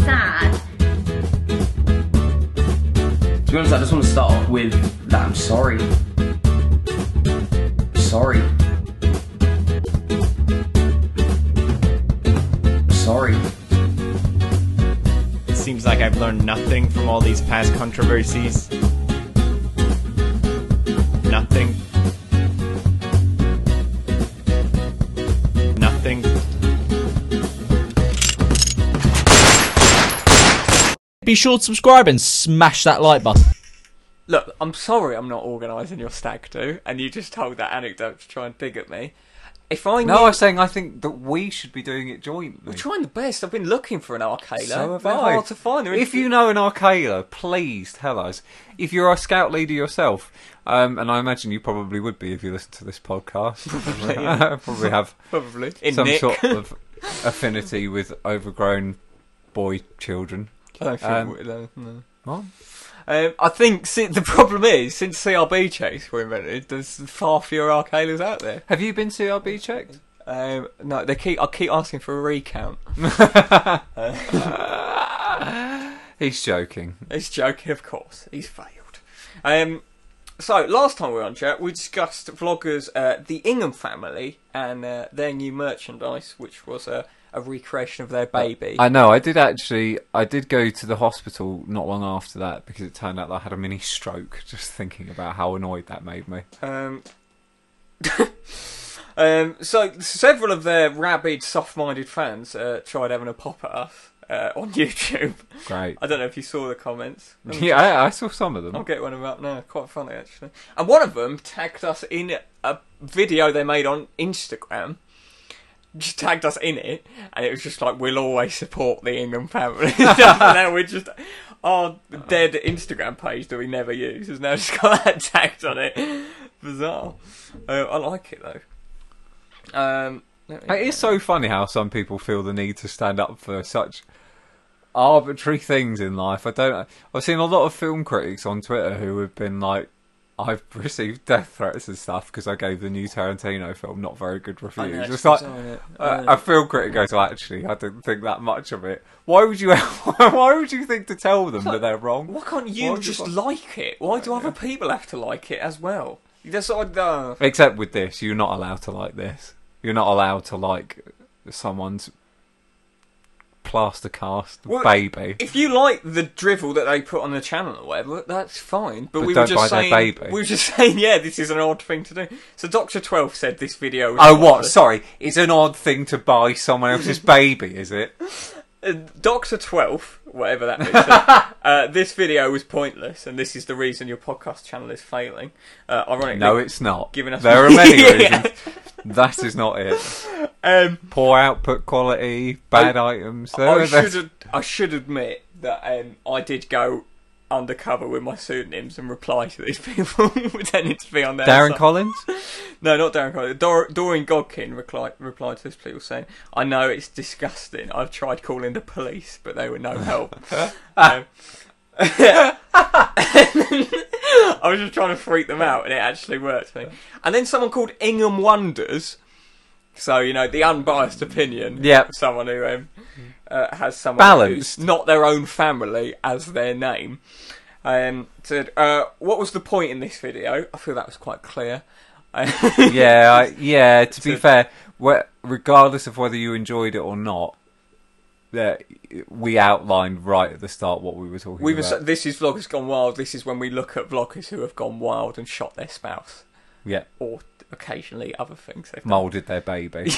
[SPEAKER 8] Sad.
[SPEAKER 6] To be honest, I just want to start off with that I'm sorry. Sorry. Sorry.
[SPEAKER 9] It seems like I've learned nothing from all these past controversies. Nothing. Nothing. Be sure to subscribe and smash that like button.
[SPEAKER 1] look, I'm sorry I'm not organising your stag do, and you just told that anecdote to try and dig at me. If I
[SPEAKER 4] No,
[SPEAKER 1] knew-
[SPEAKER 4] I was saying I think that we should be doing it jointly.
[SPEAKER 1] I'm trying the best. I've been looking for an Arcala.
[SPEAKER 4] So have
[SPEAKER 1] They're
[SPEAKER 4] I.
[SPEAKER 1] hard to find. They're in-
[SPEAKER 4] If you know an Arcala, please tell us. If you're a scout leader yourself, um, and I imagine you probably would be if you listen to
[SPEAKER 1] <laughs>
[SPEAKER 4] this podcast, probably, have
[SPEAKER 1] probably <laughs> in
[SPEAKER 4] some
[SPEAKER 1] Nick. <laughs>
[SPEAKER 4] sort of affinity with overgrown boy children.
[SPEAKER 1] I don't feel
[SPEAKER 4] um,
[SPEAKER 1] weird, though, no.
[SPEAKER 4] What?
[SPEAKER 1] Um, I think si <laughs> the problem is since CRB chase were invented, there's far fewer Arcalas out there.
[SPEAKER 4] Have you been CRB checked?
[SPEAKER 1] Um, no, they keep. I keep asking for a recount.
[SPEAKER 4] He's joking.
[SPEAKER 1] He's joking, of course. He's failed. Um, so last time we were on chat, we discussed vloggers, uh, the Ingham family, and uh, their new merchandise, which was a, a recreation of their baby.
[SPEAKER 4] I know. I did actually. I did go to the hospital not long after that because it turned out that I had a mini stroke. <laughs> Just thinking about how annoyed that made me.
[SPEAKER 1] Um, <laughs> um, so several of their rabid, soft-minded fans uh, tried having a pop at us uh, on <laughs> YouTube.
[SPEAKER 4] Great.
[SPEAKER 1] I Oh, don't know if you saw the comments.
[SPEAKER 4] <laughs> Yeah, I, I saw some of them.
[SPEAKER 1] I'll get one of them up now. Quite funny actually. And one of them tagged us in a video they made on Instagram. Just tagged us in it, and it was just like, "We'll always support the Ingham family." <laughs> and now we're just our dead Instagram page that we never use has now just got <laughs> that tagged on it. Bizarre. Uh, I like it though. Um, let me-
[SPEAKER 4] It is so funny how some people feel the need to stand up for such arbitrary things in life. I don't. I've seen a lot of film critics on Twitter who have been like, "I've <laughs> received death threats and stuff because I gave the new Tarantino film not very good
[SPEAKER 1] I know,
[SPEAKER 4] reviews."
[SPEAKER 1] it's
[SPEAKER 4] It's like uh,
[SPEAKER 1] bizarre, isn't it?
[SPEAKER 4] a,
[SPEAKER 1] Yeah.
[SPEAKER 4] a film critic goes, well, "Actually, I didn't think that much of it. Why would you? <laughs> why would you think to tell them that they're wrong?
[SPEAKER 1] Why can't you
[SPEAKER 4] would
[SPEAKER 1] just
[SPEAKER 4] want-
[SPEAKER 1] like it? Why do other people have to like it as well? That's what I, uh,
[SPEAKER 4] Except with this, you're not allowed to like this. You're not allowed to like someone's plaster cast
[SPEAKER 1] Well,
[SPEAKER 4] baby.
[SPEAKER 1] If you like the drivel that they put on the channel or whatever, that's fine. But,
[SPEAKER 4] But
[SPEAKER 1] we
[SPEAKER 4] don't
[SPEAKER 1] were just
[SPEAKER 4] buy their
[SPEAKER 1] saying,
[SPEAKER 4] baby.
[SPEAKER 1] we were just <laughs> saying, yeah, this is an odd thing to do. So Doctor Twelve said this video. Was
[SPEAKER 4] Oh, what? Sorry, it's an odd thing to buy
[SPEAKER 1] <laughs>
[SPEAKER 4] someone else's baby, is it?
[SPEAKER 1] Uh, Doctor Twelve, whatever
[SPEAKER 4] <laughs>
[SPEAKER 1] that means. uh, this video was pointless, and this is the reason your podcast channel is failing. Uh, ironically,
[SPEAKER 4] No, it's not.
[SPEAKER 1] Giving us- <laughs>
[SPEAKER 4] there are many
[SPEAKER 1] Yeah.
[SPEAKER 4] reasons. That is not it.
[SPEAKER 1] Um,
[SPEAKER 4] <laughs> Poor output quality, bad items. There
[SPEAKER 1] I
[SPEAKER 4] are- there's-
[SPEAKER 1] should ad- I should admit that um, I did go undercover with my pseudonyms and reply to these <laughs> people pretending to be on their
[SPEAKER 4] Darren
[SPEAKER 1] side.
[SPEAKER 4] Collins?
[SPEAKER 1] No, not Darren Collins. Dor- Doreen Godkin replied, replied to this people saying, I know it's disgusting. I've tried calling the police, but they were no help. um, <laughs> I was just trying to freak them out, and it actually worked for me. And then someone called Ingham Wonders. So, you know, the unbiased opinion
[SPEAKER 4] Yep.
[SPEAKER 1] of someone who um, uh, has someone
[SPEAKER 4] Balanced.
[SPEAKER 1] who's not their own family as their name. Um, said, uh, what was the point in this video? I feel that was quite clear. Um, <laughs>
[SPEAKER 4] Yeah, I- yeah. To be
[SPEAKER 1] To-
[SPEAKER 4] fair, whe- regardless of whether you enjoyed it or not, that we outlined right at the start what we were talking
[SPEAKER 1] We were,
[SPEAKER 4] about.
[SPEAKER 1] s- this is Vloggers Gone Wild. This is when we look at vloggers who have gone wild and shot their spouse,
[SPEAKER 4] yeah,
[SPEAKER 1] or occasionally other things. they've done.
[SPEAKER 4] molded their baby.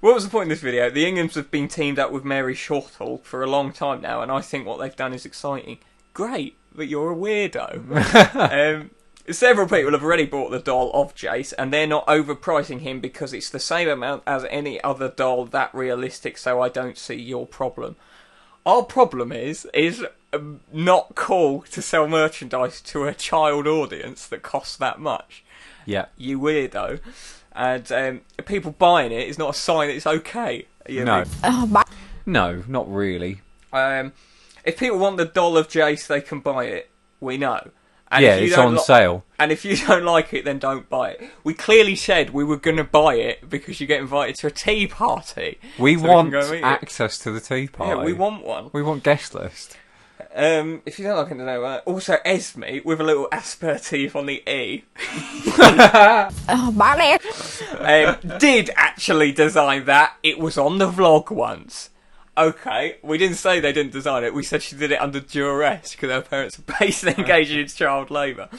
[SPEAKER 1] What was the point of this video? The Inghams have been teamed up with Mary Shortall for a long time now, and I think what they've done is exciting. Great, but you're a weirdo. um, several people have already bought the doll of Jace, and they're not overpricing him because it's the same amount as any other doll that realistic. So I don't see your problem. Our problem is is um, not cool to sell merchandise to a child audience that costs that much
[SPEAKER 4] yeah,
[SPEAKER 1] you weirdo. And um, people buying it is not a sign that it's okay. You
[SPEAKER 4] no,
[SPEAKER 5] Oh, my.
[SPEAKER 4] no, not really.
[SPEAKER 1] Um, if people want the doll of Jace, they can buy it. We know. And
[SPEAKER 4] Yeah,
[SPEAKER 1] if you
[SPEAKER 4] it's
[SPEAKER 1] don't
[SPEAKER 4] on
[SPEAKER 1] li-
[SPEAKER 4] sale.
[SPEAKER 1] And if you <laughs> don't like it, then don't buy it. We clearly said we were going to buy it because you get invited to a tea party.
[SPEAKER 4] We
[SPEAKER 1] So can
[SPEAKER 4] want
[SPEAKER 1] go and eat it.
[SPEAKER 4] access to the tea party.
[SPEAKER 1] Yeah, we want one.
[SPEAKER 4] We want guest list.
[SPEAKER 1] Um, if you don't like it, then don't buy it. Also, Esme with a little aspertive on the E.
[SPEAKER 5] Oh, my leg.
[SPEAKER 1] um, did actually design that. It was on the vlog once. Okay, we didn't say they didn't design it. We said she did it under duress because her parents were basically
[SPEAKER 4] <laughs>
[SPEAKER 1] engaging in child labour.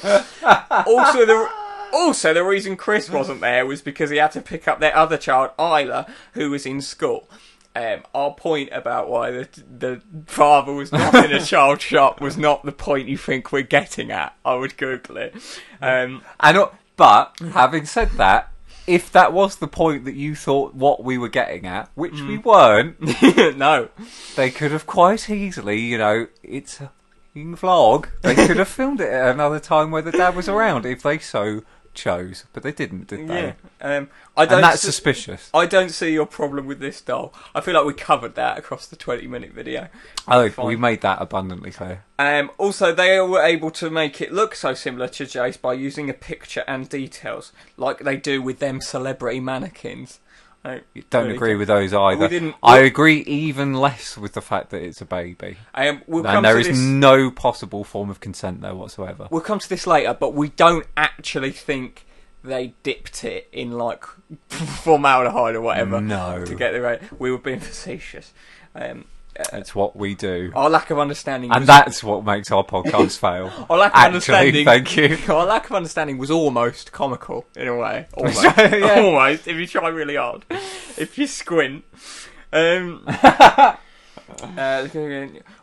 [SPEAKER 1] also, the also the reason Chris wasn't there was because he had to pick up their other child, Isla, who was in school. Um, our point about why the the father was not in
[SPEAKER 4] <laughs>
[SPEAKER 1] a child shop was not the point you think we're getting at. I would Google it. Um, <laughs>
[SPEAKER 4] And o- but having said that, if that was the point that you thought what we were getting at, which
[SPEAKER 1] Mm.
[SPEAKER 4] we weren't,
[SPEAKER 1] no,
[SPEAKER 4] They could have quite easily, you know, it's a fucking vlog. They could have filmed it at another time where the dad was around if they so chose, but they didn't, did they?
[SPEAKER 1] yeah. Um, I don't.
[SPEAKER 4] And that's
[SPEAKER 1] s-
[SPEAKER 4] suspicious.
[SPEAKER 1] I don't see your problem with this doll. I feel like we covered that across the 20 minute video.
[SPEAKER 4] Oh,
[SPEAKER 1] fine.
[SPEAKER 4] we made that abundantly clear.
[SPEAKER 1] Um, also, they were able to make it look so similar to Jace by using a picture and details, like they do with them celebrity mannequins. I
[SPEAKER 4] Don't
[SPEAKER 1] really
[SPEAKER 4] agree
[SPEAKER 1] don't-
[SPEAKER 4] with those either.
[SPEAKER 1] didn't-
[SPEAKER 4] I agree even less with the fact that it's a baby.
[SPEAKER 1] Um, we'll come
[SPEAKER 4] And there
[SPEAKER 1] to
[SPEAKER 4] is
[SPEAKER 1] this.
[SPEAKER 4] no possible form of consent there whatsoever.
[SPEAKER 1] we'll come to this later, but we don't actually think they dipped it in like <laughs> formaldehyde or whatever
[SPEAKER 4] No.
[SPEAKER 1] to get the right. We were being facetious. Um,
[SPEAKER 4] That's what we do.
[SPEAKER 1] our lack of understanding
[SPEAKER 4] Uh, And
[SPEAKER 1] was
[SPEAKER 4] that's what makes
[SPEAKER 1] <laughs>
[SPEAKER 4] our podcast fail.
[SPEAKER 1] Our lack of
[SPEAKER 4] Actually,
[SPEAKER 1] understanding.
[SPEAKER 4] thank
[SPEAKER 1] <laughs>
[SPEAKER 4] you. <laughs>
[SPEAKER 1] Our lack of understanding was almost comical in a way. Almost.
[SPEAKER 4] Yeah.
[SPEAKER 1] <laughs> almost. If you try really hard, if you squint. Um, uh,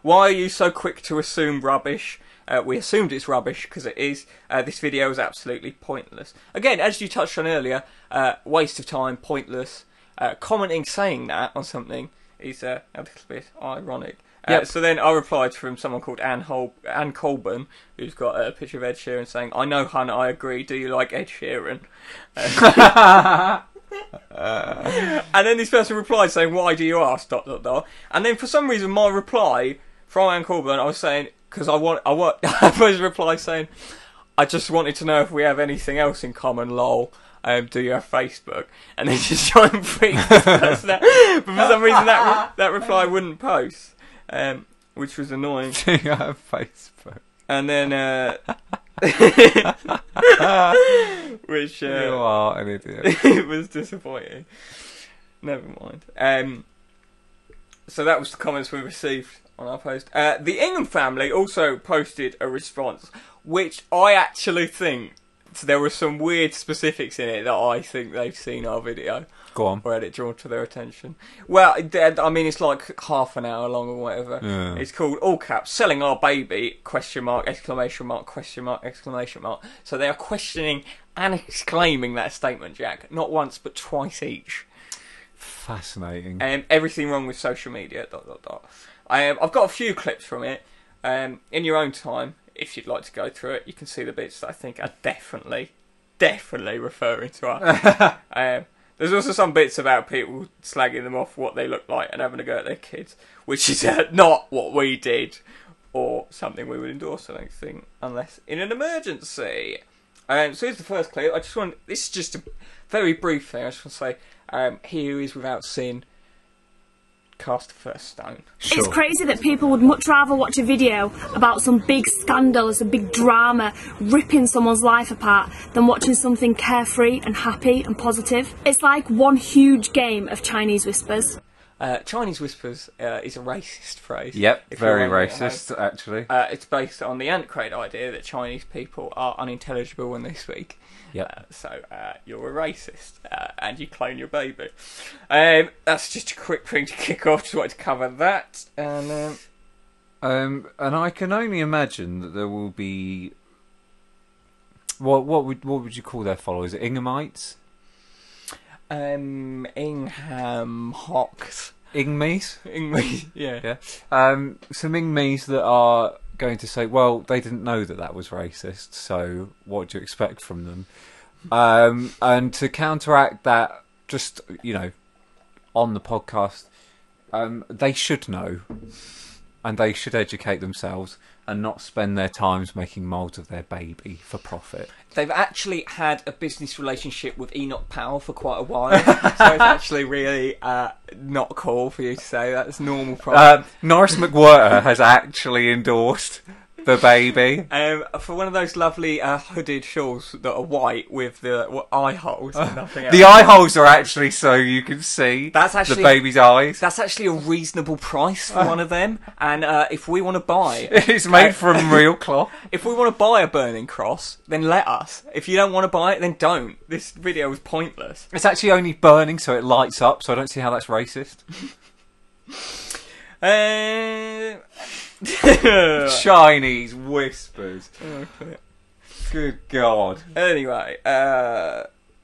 [SPEAKER 1] why are you so quick to assume rubbish? Uh, we assumed it's rubbish because it is. Uh, this video is absolutely pointless. Again, as you touched on earlier, uh, waste of time, pointless. Uh, commenting, saying that on something is uh, a little bit ironic. Uh,
[SPEAKER 4] Yep.
[SPEAKER 1] So then I replied from someone called Anne, Hol- Anne Colburn, who's got a picture of Ed Sheeran saying, I know, hun, I agree. Do you like Ed Sheeran? And then this person replied saying, "Why do you ask?" Dot dot dot. And then for some reason, my reply from Anne Corburn, I was saying because I want, I want. <laughs> I was reply saying, "I just wanted to know if we have anything else in common." Lol. Um, do you have Facebook? And then <laughs> just try and freak this person out. But for some reason, that re- that reply wouldn't post, um, which was annoying.
[SPEAKER 4] Do you have Facebook?
[SPEAKER 1] And then, uh, <laughs> which uh,
[SPEAKER 4] You
[SPEAKER 1] <laughs>
[SPEAKER 4] are an idiot.
[SPEAKER 1] it was disappointing. Never mind. Um, so that was the comments we received on our post. Uh, the Ingham family also posted a response, which I actually think there were some weird specifics in it that I think they've seen our video
[SPEAKER 4] Go on.
[SPEAKER 1] or had it drawn to their attention. Well, it- that- I mean, it's like half an hour long or whatever.
[SPEAKER 4] Yeah.
[SPEAKER 1] It's called all caps selling our baby question mark exclamation mark question mark exclamation mark. So they are questioning and exclaiming that statement, Jack, not once but twice each.
[SPEAKER 4] Fascinating.
[SPEAKER 1] Um, everything wrong with social media. Dot dot dot. Um, I've got a few clips from it. Um, in your own time, if you'd like to go through it, you can see the bits that I think are definitely, definitely referring to us. um, there's also some bits about people slagging them off, what they look like, and having a go at their kids, which is uh, not what we did or something we would endorse. I don't think, unless in an emergency. Um, so here's the first clip. I just want this is just a very brief thing. I just want to say, um, he who is without sin cast the first stone.
[SPEAKER 10] It's crazy that people would much rather watch a video about some big scandal or some big drama ripping someone's life apart than watching something carefree and happy and positive. It's like one huge game of Chinese whispers.
[SPEAKER 1] Uh, Chinese whispers uh, is a racist phrase.
[SPEAKER 4] Yep,
[SPEAKER 1] if
[SPEAKER 4] very
[SPEAKER 1] you're wondering.
[SPEAKER 4] racist, actually.
[SPEAKER 1] Uh, it's based on the ant crate idea that Chinese people are unintelligible when they speak.
[SPEAKER 4] Yep.
[SPEAKER 1] Uh, so uh, you're a racist uh, and you clone your baby. Um, that's just a quick thing to kick off. Just wanted to cover that. And um,
[SPEAKER 4] Um, and I can only imagine that there will be. What what would what would you call their followers? Ingamites,
[SPEAKER 1] um, Ingham <laughs> Hawks.
[SPEAKER 4] Ingmies,
[SPEAKER 1] Ingwe- yeah.
[SPEAKER 4] yeah. Um, some Ingmies that are going to say, well, they didn't know that that was racist, so what do you expect from them? Um, and to counteract that, just you know, on the podcast, um, they should know, and they should educate themselves, and not spend their times making moulds of their baby for profit.
[SPEAKER 1] They've actually had a business relationship with Enoch Powell for quite a while, so
[SPEAKER 4] <laughs>
[SPEAKER 1] it's actually really uh, not cool for you to say that. It's normal problem.
[SPEAKER 4] Um, Norris McWhirter has actually endorsed
[SPEAKER 1] <laughs>
[SPEAKER 4] the baby.
[SPEAKER 1] Um, for one of those lovely uh, hooded shawls that are white with the what, eye holes and nothing else.
[SPEAKER 4] <laughs> The eye holes are actually so you can see
[SPEAKER 1] That's actually-
[SPEAKER 4] the baby's eyes.
[SPEAKER 1] That's actually a reasonable price
[SPEAKER 4] <laughs>
[SPEAKER 1] for one of them, and uh, if we want to buy,
[SPEAKER 4] It's made from <laughs> real cloth.
[SPEAKER 1] if we want to buy a burning cross, then let us. If you don't want to buy it, then don't. This video is pointless.
[SPEAKER 4] It's actually only burning so it lights up, so I don't see how that's racist. <laughs>
[SPEAKER 1] Um, <laughs>
[SPEAKER 4] Chinese whispers. Good God.
[SPEAKER 1] Anyway, uh,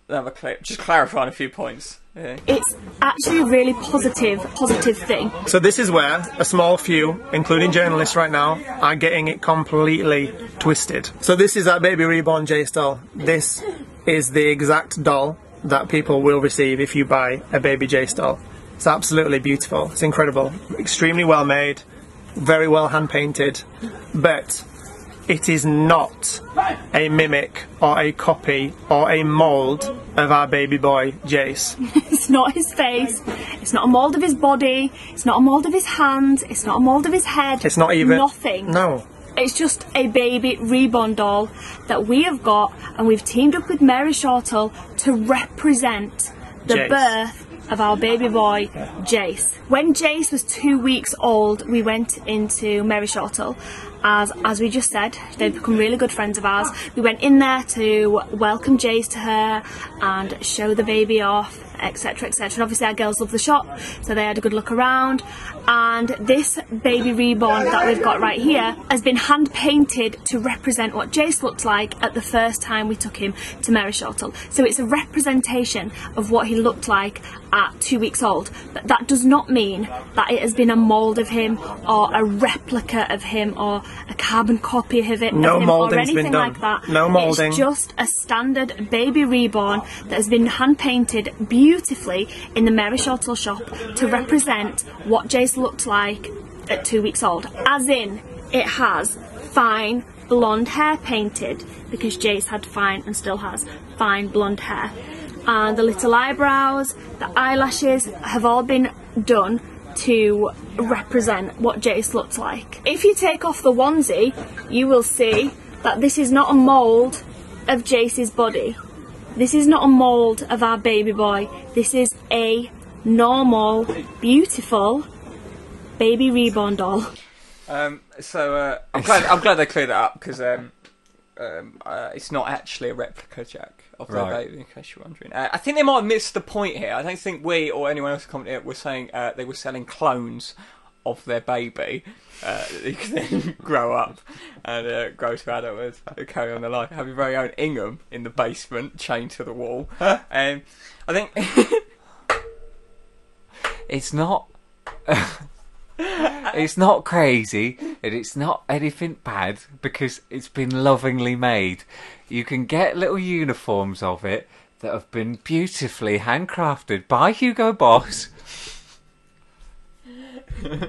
[SPEAKER 1] another clip. Just clarifying a few points. Yeah.
[SPEAKER 10] It's actually a really positive, positive thing.
[SPEAKER 9] So this is where a small few, including journalists right now, are getting it completely twisted. So this is that baby reborn Jace doll. This is the exact doll that people will receive if you buy a baby Jace doll. It's absolutely beautiful. It's incredible. Extremely well made, very well hand painted, but it is not a mimic or a copy or a mould of our baby boy Jace.
[SPEAKER 10] It's not his face, it's not a mould of his body, it's not a mould of his hands, it's not a mould of his head.
[SPEAKER 9] It's not even
[SPEAKER 10] Nothing.
[SPEAKER 9] No.
[SPEAKER 10] It's just a baby reborn doll that we have got, and we've teamed up with Mary Shortall to represent the
[SPEAKER 9] Jace.
[SPEAKER 10] birth of our baby boy, Jace. When Jace was two weeks old, we went into Mary Shortall. As, as we just said, they've become really good friends of ours. We went in there to welcome Jace to her and show the baby off, etc. etc. And obviously, our girls love the shop, so they had a good look around. And this baby reborn that we've got right here has been hand painted to represent what Jace looked like at the first time we took him to Merishottle. So it's a representation of what he looked like at two weeks old. But that does not mean that it has been a mould of him or a replica of him or a carbon copy of it
[SPEAKER 9] No
[SPEAKER 10] of him or
[SPEAKER 9] moulding's
[SPEAKER 10] anything
[SPEAKER 9] been done.
[SPEAKER 10] like that.
[SPEAKER 9] No moulding.
[SPEAKER 10] It's just a standard baby reborn that has been hand painted beautifully in the Mary Shortall shop to represent what Jace looked like at two weeks old. As in, it has fine blonde hair painted because Jace had fine and still has fine blonde hair. And the little eyebrows, the eyelashes have all been done to represent what Jace looks like. If you take off the onesie, you will see that this is not a mould of Jace's body. This is not a mould of our baby boy. This is a normal, beautiful baby reborn doll.
[SPEAKER 1] Um, so uh, I'm glad I'm glad they cleared that up because um, um, uh, it's not actually a replica, Jack, of the
[SPEAKER 4] Right.
[SPEAKER 1] baby. In case you're wondering, uh, I think they might have missed the point here. I don't think we or anyone else commented were saying uh, they were selling clones of their baby uh, that you can then <laughs> grow up and uh, grow to adulthood and carry on their life. Have your very own Ingham in the basement, chained to the wall. um, I think.
[SPEAKER 4] It's not. <laughs> it's not crazy, and it's not anything bad because it's been lovingly made. You can get little uniforms of it that have been beautifully handcrafted by Hugo Boss.
[SPEAKER 1] <laughs>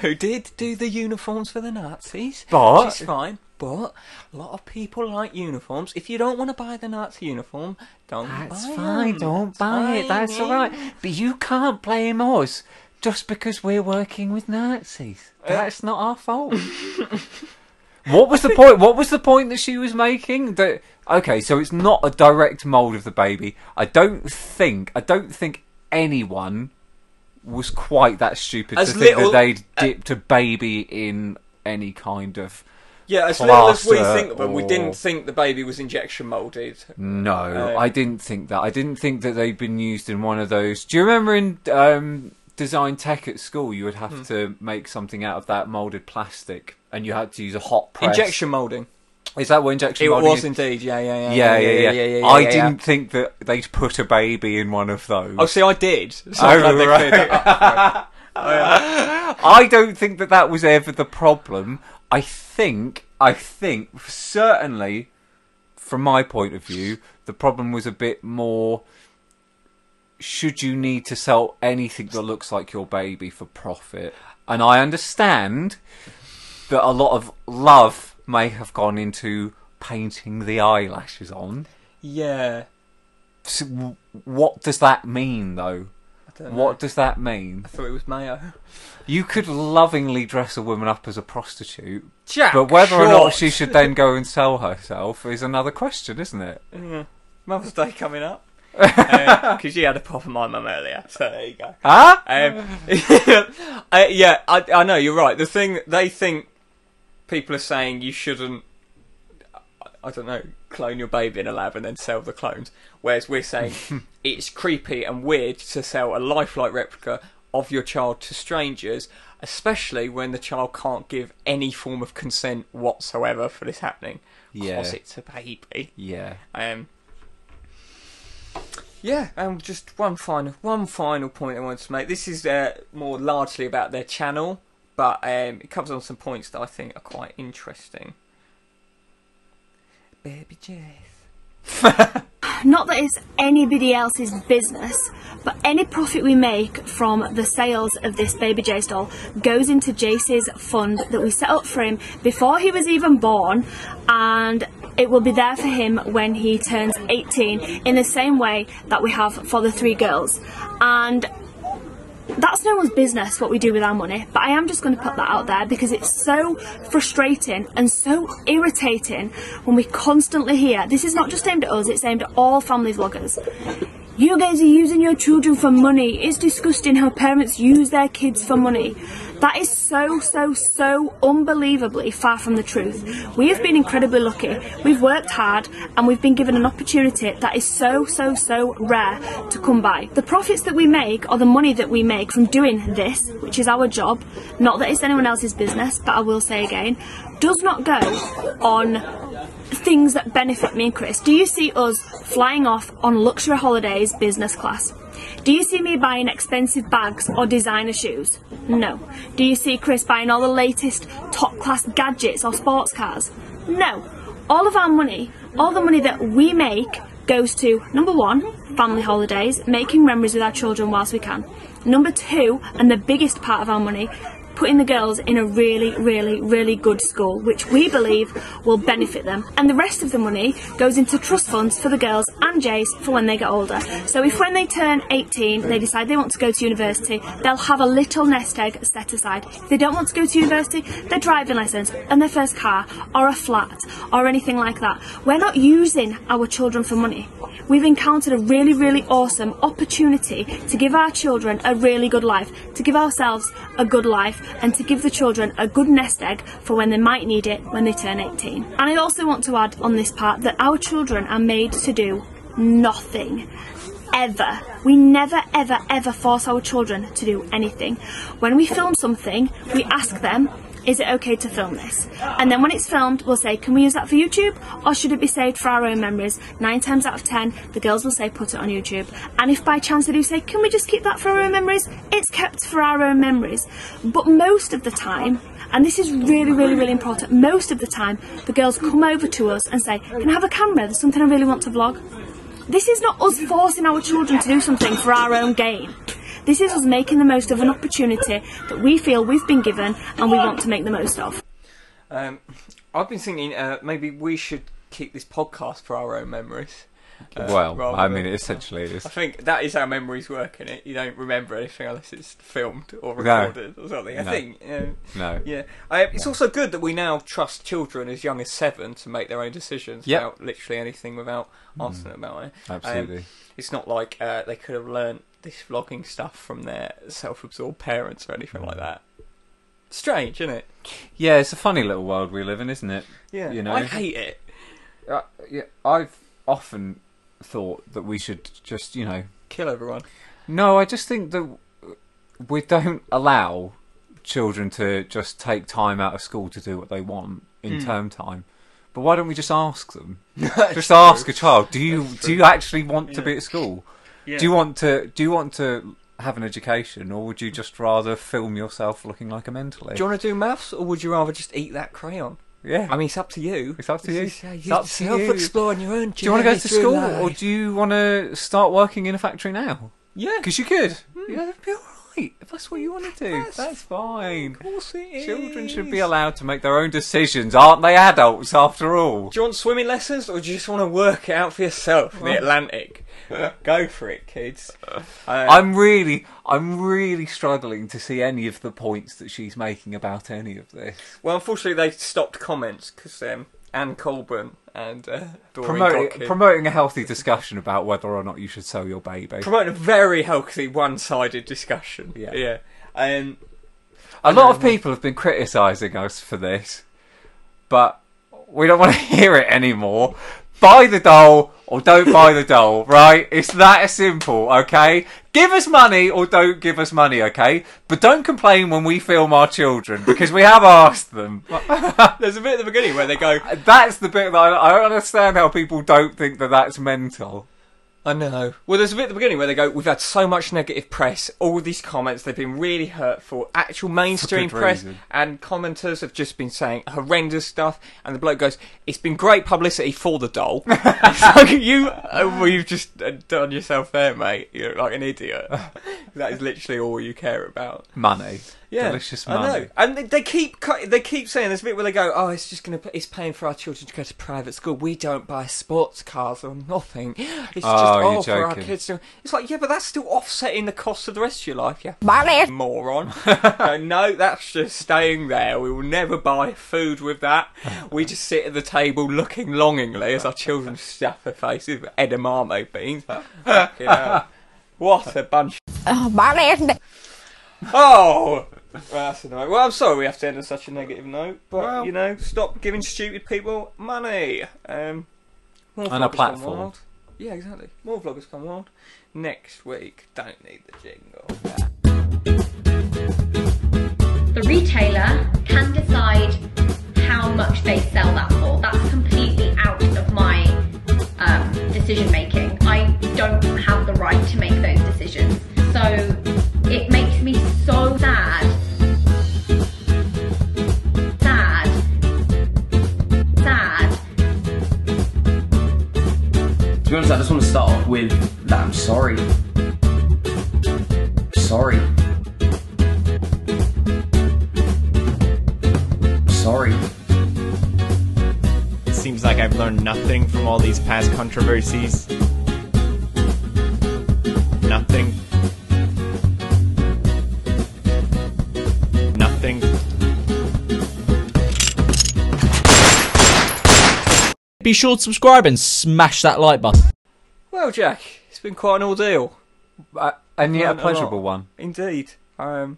[SPEAKER 1] who did do the uniforms for the Nazis.
[SPEAKER 4] But-
[SPEAKER 1] which is fine. But a lot of people like uniforms. If you don't want to buy the Nazi uniform, don't
[SPEAKER 4] That's
[SPEAKER 1] buy it.
[SPEAKER 4] fine, don't buy it, that's alright. But you can't blame us just because we're working with Nazis.
[SPEAKER 1] Uh.
[SPEAKER 4] That's not our fault. <laughs> what was the point? What was the point that she was making? That okay, so it's not a direct mold of the baby. I don't think. I don't think anyone was quite that stupid
[SPEAKER 1] As
[SPEAKER 4] to
[SPEAKER 1] little- uh,
[SPEAKER 4] think that they'd dipped a baby in any kind of
[SPEAKER 1] Yeah, as little as we
[SPEAKER 4] Plaster
[SPEAKER 1] think of them, we didn't
[SPEAKER 4] or-
[SPEAKER 1] think the baby was injection molded. Uh,
[SPEAKER 4] No, I didn't think that. I didn't think that they'd been used in one of those. Do you remember in um, design tech at school, you would have
[SPEAKER 1] Hmm.
[SPEAKER 4] to make something out of that molded plastic, and you had to use a hot press.
[SPEAKER 1] Injection molding.
[SPEAKER 4] Is that what injection
[SPEAKER 1] It
[SPEAKER 4] molding
[SPEAKER 1] was
[SPEAKER 4] is?
[SPEAKER 1] indeed. Yeah, yeah,
[SPEAKER 4] Yeah,
[SPEAKER 1] yeah,
[SPEAKER 4] yeah, yeah.
[SPEAKER 1] yeah,
[SPEAKER 4] I
[SPEAKER 1] yeah, yeah.
[SPEAKER 4] didn't think that they'd put a baby in one of those.
[SPEAKER 1] Oh, see, I did. <laughs> So
[SPEAKER 4] Oh,
[SPEAKER 1] I'm glad they
[SPEAKER 4] right.
[SPEAKER 1] cleared that up.
[SPEAKER 4] <laughs> Oh, I don't think that that was ever the problem. I think, I think, certainly, from my point of view, the problem was a bit more. Should you need to sell anything that looks like your baby for profit? And I understand that a lot of love may have gone into painting the eyelashes on.
[SPEAKER 1] Yeah.
[SPEAKER 4] So w- what does that mean, though?
[SPEAKER 1] don't
[SPEAKER 4] What does that mean?
[SPEAKER 1] I thought it was mayo.
[SPEAKER 4] You could lovingly dress a woman up as a prostitute,
[SPEAKER 1] Jack,
[SPEAKER 4] but whether or not
[SPEAKER 1] Short.
[SPEAKER 4] she should then go and sell herself is another question, isn't
[SPEAKER 1] <laughs>
[SPEAKER 4] it?
[SPEAKER 1] Mother's Day coming <laughs> up. Because you Uh, had a pop of my mum earlier, so there you go.
[SPEAKER 4] Huh?
[SPEAKER 1] Um, <laughs> I, yeah, I, I know you're right. The thing they think people are saying you shouldn't. I- I don't know, clone your baby in a lab and then sell the clones. Whereas we're saying it's creepy and weird to sell a lifelike replica of your child to strangers, especially when the child can't give any form of consent whatsoever for this happening.
[SPEAKER 4] Yeah.
[SPEAKER 1] Because it's a baby.
[SPEAKER 4] Yeah.
[SPEAKER 1] Um, yeah, and just one final one final point I wanted to make. This is uh, more largely about their channel, but um, it covers on some points that I think are quite interesting. Baby Jess.
[SPEAKER 10] Not that it's anybody else's business, but any profit we make from the sales of this baby Jace doll goes into Jace's fund that we set up for him before he was even born, and it will be there for him when he turns 18 in the same way that we have for the three girls. And that's no one's business what we do with our money, but I am just going to put that out there because it's so frustrating and so irritating when we constantly hear this is not just aimed at us, it's aimed at all family vloggers. You guys are using your children for money. It's disgusting how parents use their kids for money. That is so, so, so unbelievably far from the truth. We have been incredibly lucky. We've worked hard and we've been given an opportunity that is so, so, so rare to come by. The profits that we make or the money that we make from doing this, which is our job, not that it's anyone else's business, but I will say again, does not go on things that benefit me and Chris. Do you see us flying off on luxury holidays business class? Do you see me buying expensive bags or designer shoes? No. Do you see Chris buying all the latest top class gadgets or sports cars? No. All of our money, all the money that we make goes to number one, family holidays, making memories with our children whilst we can. Number two, and the biggest part of our money, putting the girls in a really, really, really good school, which we believe will benefit them. And the rest of the money goes into trust funds for the girls and and Jace for when they get older. So if when they turn 18, they decide they want to go to university, they'll have a little nest egg set aside. If they don't want to go to university, their driving license and their first car or a flat or anything like that. We're not using our children for money. We've encountered a really, really awesome opportunity to give our children a really good life, to give ourselves a good life, and to give the children a good nest egg for when they might need it when they turn 18. And I also want to add on this part that our children are made to do nothing. Ever. We never, ever, ever force our children to do anything. When we film something, we ask them, is it okay to film this? And then when it's filmed, we'll say, can we use that for YouTube? Or should it be saved for our own memories? Nine times out of ten, the girls will say, put it on YouTube. And if by chance they do say, can we just keep that for our own memories? It's kept for our own memories. But most of the time, and this is really, really, really important, most of the time, the girls come over to us and say, can I have a camera? There's something I really want to vlog. This is not us forcing our children to do something for our own gain. This is us making the most of an opportunity that we feel we've been given and we want to make the most of.
[SPEAKER 1] Um, I've been thinking uh, maybe we should keep this podcast for our own memories. uh,
[SPEAKER 4] well,
[SPEAKER 1] rather
[SPEAKER 4] I
[SPEAKER 1] than-
[SPEAKER 4] mean, essentially, it
[SPEAKER 1] <laughs>
[SPEAKER 4] is.
[SPEAKER 1] I think that is how memories work in it. You don't remember anything unless it's filmed or
[SPEAKER 4] No.
[SPEAKER 1] recorded or something. I
[SPEAKER 4] No.
[SPEAKER 1] think. you know.
[SPEAKER 4] No.
[SPEAKER 1] Yeah. I, it's also good that we now trust children as young as seven to make their own decisions
[SPEAKER 4] Yep. Hmm.
[SPEAKER 1] about literally anything without asking them about it. Um,
[SPEAKER 4] Absolutely.
[SPEAKER 1] it's not like uh, they could have learnt this vlogging stuff from their self-absorbed parents or anything
[SPEAKER 4] Hmm.
[SPEAKER 1] like that. Strange, isn't it?
[SPEAKER 4] Yeah, it's a funny little world we live in, isn't it?
[SPEAKER 1] Yeah.
[SPEAKER 4] You know,
[SPEAKER 1] I hate it.
[SPEAKER 4] Uh, yeah, I've often thought that we should just, you know,
[SPEAKER 1] Kill everyone.
[SPEAKER 4] No, I just think that we don't allow children to just take time out of school to do what they want in term time. But why don't we just ask them? just ask a child, do you do you actually want to be at school? Do you want to do you want to have an education or would you just rather film yourself looking like a mentalist?
[SPEAKER 1] Do you want to do maths, or would you rather just eat that crayon?
[SPEAKER 4] yeah.
[SPEAKER 1] I mean, it's up to you.
[SPEAKER 4] It's up to you.
[SPEAKER 1] It's, uh,
[SPEAKER 4] It's up to you.
[SPEAKER 1] self-exploring your own.
[SPEAKER 4] do you want to go to school or
[SPEAKER 1] Life.
[SPEAKER 4] do you want to start working in a factory now?
[SPEAKER 1] yeah,
[SPEAKER 4] Because you could. Yeah, that'd be alright. If that's what you want to do,
[SPEAKER 1] That's-
[SPEAKER 4] that's, fine.
[SPEAKER 1] course it
[SPEAKER 4] Children should
[SPEAKER 1] is.
[SPEAKER 4] be allowed to make their own decisions, aren't they adults after all?
[SPEAKER 1] Do you want swimming lessons, or do you just want to work it out for yourself in the <laughs> Atlantic? go for it, kids. Uh,
[SPEAKER 4] I'm really I'm really struggling to see any of the points that she's making about any of this.
[SPEAKER 1] well, unfortunately, they stopped comments because um, Anne Colburn and uh, Doreen
[SPEAKER 4] Promoting
[SPEAKER 1] Godkin-
[SPEAKER 4] promoting a healthy discussion about whether or not you should sell your baby.
[SPEAKER 1] promoting a very healthy one-sided discussion.
[SPEAKER 4] Yeah.
[SPEAKER 1] yeah. Um,
[SPEAKER 4] A lot of people have been criticising us for this, but we don't want to <laughs> hear it anymore. Buy the doll or don't buy the doll, right? It's that simple, okay? Give us money or don't give us money, okay? But don't complain when we film our children because we have asked them.
[SPEAKER 1] <laughs> there's a bit at the beginning where they go,
[SPEAKER 4] That's the bit that I, I don't understand how people don't think that that's mental.
[SPEAKER 1] I know. Well, there's a bit at the beginning where they go, "We've had so much negative press, all these comments. They've been really hurtful. Actual mainstream
[SPEAKER 4] good
[SPEAKER 1] press
[SPEAKER 4] reason.
[SPEAKER 1] and commenters have just been saying horrendous stuff." And the bloke goes, "It's been great publicity for the
[SPEAKER 4] <laughs>
[SPEAKER 1] doll." it's like you, uh, well, you've just uh, done yourself there, mate. You're like an idiot. <laughs> that is literally all you care about.
[SPEAKER 4] Money.
[SPEAKER 1] Yeah,
[SPEAKER 4] Delicious
[SPEAKER 1] I
[SPEAKER 4] money.
[SPEAKER 1] know. And they- they keep cu- they keep saying there's a bit where they go, oh, it's just gonna it's paying for our children to go to private school. We don't buy sports cars or nothing. It's just
[SPEAKER 4] Oh, you're
[SPEAKER 1] all for our
[SPEAKER 4] joking.
[SPEAKER 1] kids. To... It's like yeah, but that's still offsetting the cost of the rest of your life. Yeah,
[SPEAKER 5] Bye, later.
[SPEAKER 4] <laughs>
[SPEAKER 1] moron. Go, no, that's just staying there. We will never buy food with that.
[SPEAKER 4] <laughs>
[SPEAKER 1] We just sit at the table looking longingly as our children stuff their faces with edamame
[SPEAKER 4] <laughs>
[SPEAKER 1] beans. Fucking hell. What a bunch
[SPEAKER 5] Ờ, Bye, later.
[SPEAKER 1] Oh, well, that's annoying. Well, I'm sorry we have to end on such a negative note, but
[SPEAKER 4] Well-
[SPEAKER 1] you know, stop giving stupid people money. Um, more
[SPEAKER 4] And a
[SPEAKER 1] vloggers come
[SPEAKER 4] platform.
[SPEAKER 1] wild. Yeah, exactly. More vloggers come on next week. Don't need the jingle.
[SPEAKER 8] The retailer can decide how much they sell that for. That's completely out of my um, decision making. I don't have the right to make those decisions. So it makes me so sad. Sad. Sad.
[SPEAKER 6] To be honest, I just want to start off with that I'm sorry. Sorry. Sorry.
[SPEAKER 11] It seems like I've learned nothing from all these past controversies. Nothing. Nothing. Be sure to subscribe and smash that like button.
[SPEAKER 1] Well, Jack, it's been quite an ordeal.
[SPEAKER 4] Uh, and yet a
[SPEAKER 1] Learned lot.
[SPEAKER 4] pleasurable one.
[SPEAKER 1] Indeed. Um,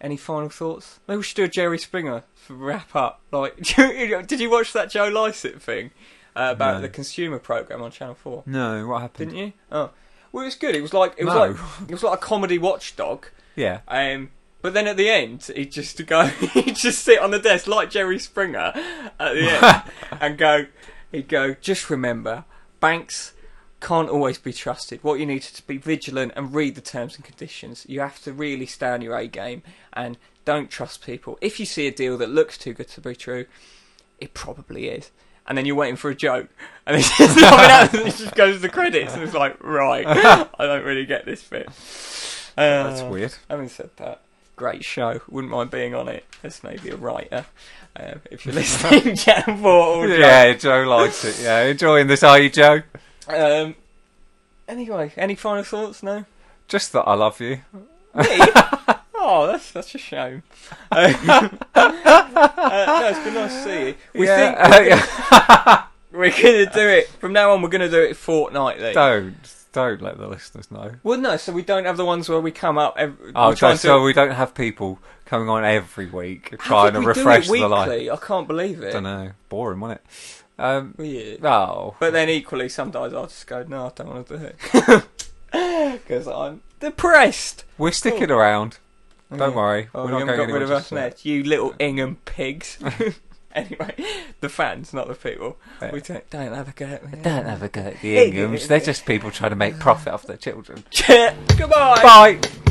[SPEAKER 1] any final thoughts? Maybe we should do a Jerry Springer for wrap up. Like, <laughs> did you watch that Joe Lycett thing uh, about
[SPEAKER 4] No.
[SPEAKER 1] the consumer program on Channel Four?
[SPEAKER 4] No, what happened?
[SPEAKER 1] Didn't you? Oh, well, it was good. It was like it was
[SPEAKER 4] No.
[SPEAKER 1] like it was like a comedy watchdog.
[SPEAKER 4] Yeah.
[SPEAKER 1] Um, but then at the end, he'd just go, <laughs> he'd just sit on the desk like Jerry Springer at the end and go, he'd go, just remember, banks can't always be trusted. What you need is to be vigilant and read the terms and conditions. You have to really stay on your A game and don't trust people. If you see a deal that looks too good to be true, it probably is. And then you're waiting for a joke, and it's just coming out, and it just goes to the credits, and it's like, right, I don't really get this bit. Uh,
[SPEAKER 4] That's weird.
[SPEAKER 1] Having said that, great show. Wouldn't mind being on it as maybe a writer. Um, if you're listening, <laughs> Jan Portal.
[SPEAKER 4] Yeah, Joe likes it. Yeah, enjoying this, are you, Joe?
[SPEAKER 1] Um, anyway, any final thoughts?
[SPEAKER 4] <laughs>
[SPEAKER 1] No?
[SPEAKER 4] Just that I love you.
[SPEAKER 1] Oh, that's such a shame. <laughs> Um, uh, no, it's been nice to see you. We
[SPEAKER 4] Yeah,
[SPEAKER 1] think
[SPEAKER 4] <laughs>
[SPEAKER 1] we're going to do it. From now on, we're going to do it fortnightly.
[SPEAKER 4] Don't don't let the listeners know.
[SPEAKER 1] Well, no, so we don't have the ones where we come up. Every,
[SPEAKER 4] Oh,
[SPEAKER 1] we're
[SPEAKER 4] so,
[SPEAKER 1] trying
[SPEAKER 4] so
[SPEAKER 1] to,
[SPEAKER 4] we don't have people coming on every week
[SPEAKER 1] How did
[SPEAKER 4] trying to
[SPEAKER 1] we do it
[SPEAKER 4] refresh the
[SPEAKER 1] weekly?
[SPEAKER 4] light.
[SPEAKER 1] I can't believe it.
[SPEAKER 4] don't know. Boring, wasn't it? Um,
[SPEAKER 1] Yeah.
[SPEAKER 4] Oh,
[SPEAKER 1] But then equally, sometimes I'll just go, no, I don't want to do it. <laughs> Because I'm depressed.
[SPEAKER 4] we're sticking around. Don't worry.
[SPEAKER 1] Oh,
[SPEAKER 4] we're
[SPEAKER 1] you
[SPEAKER 4] not
[SPEAKER 1] haven't
[SPEAKER 4] going
[SPEAKER 1] got rid of
[SPEAKER 4] anywhere
[SPEAKER 1] us
[SPEAKER 4] just yet.
[SPEAKER 1] net, you little Ingham
[SPEAKER 4] <laughs>
[SPEAKER 1] pigs. <laughs> anyway, the fans, not the people.
[SPEAKER 4] Yeah.
[SPEAKER 1] We don't, don't have a go. at me. <laughs>
[SPEAKER 4] Don't have a go at the Inghams. They're just people trying to make profit off their children.
[SPEAKER 1] Goodbye.
[SPEAKER 4] Bye.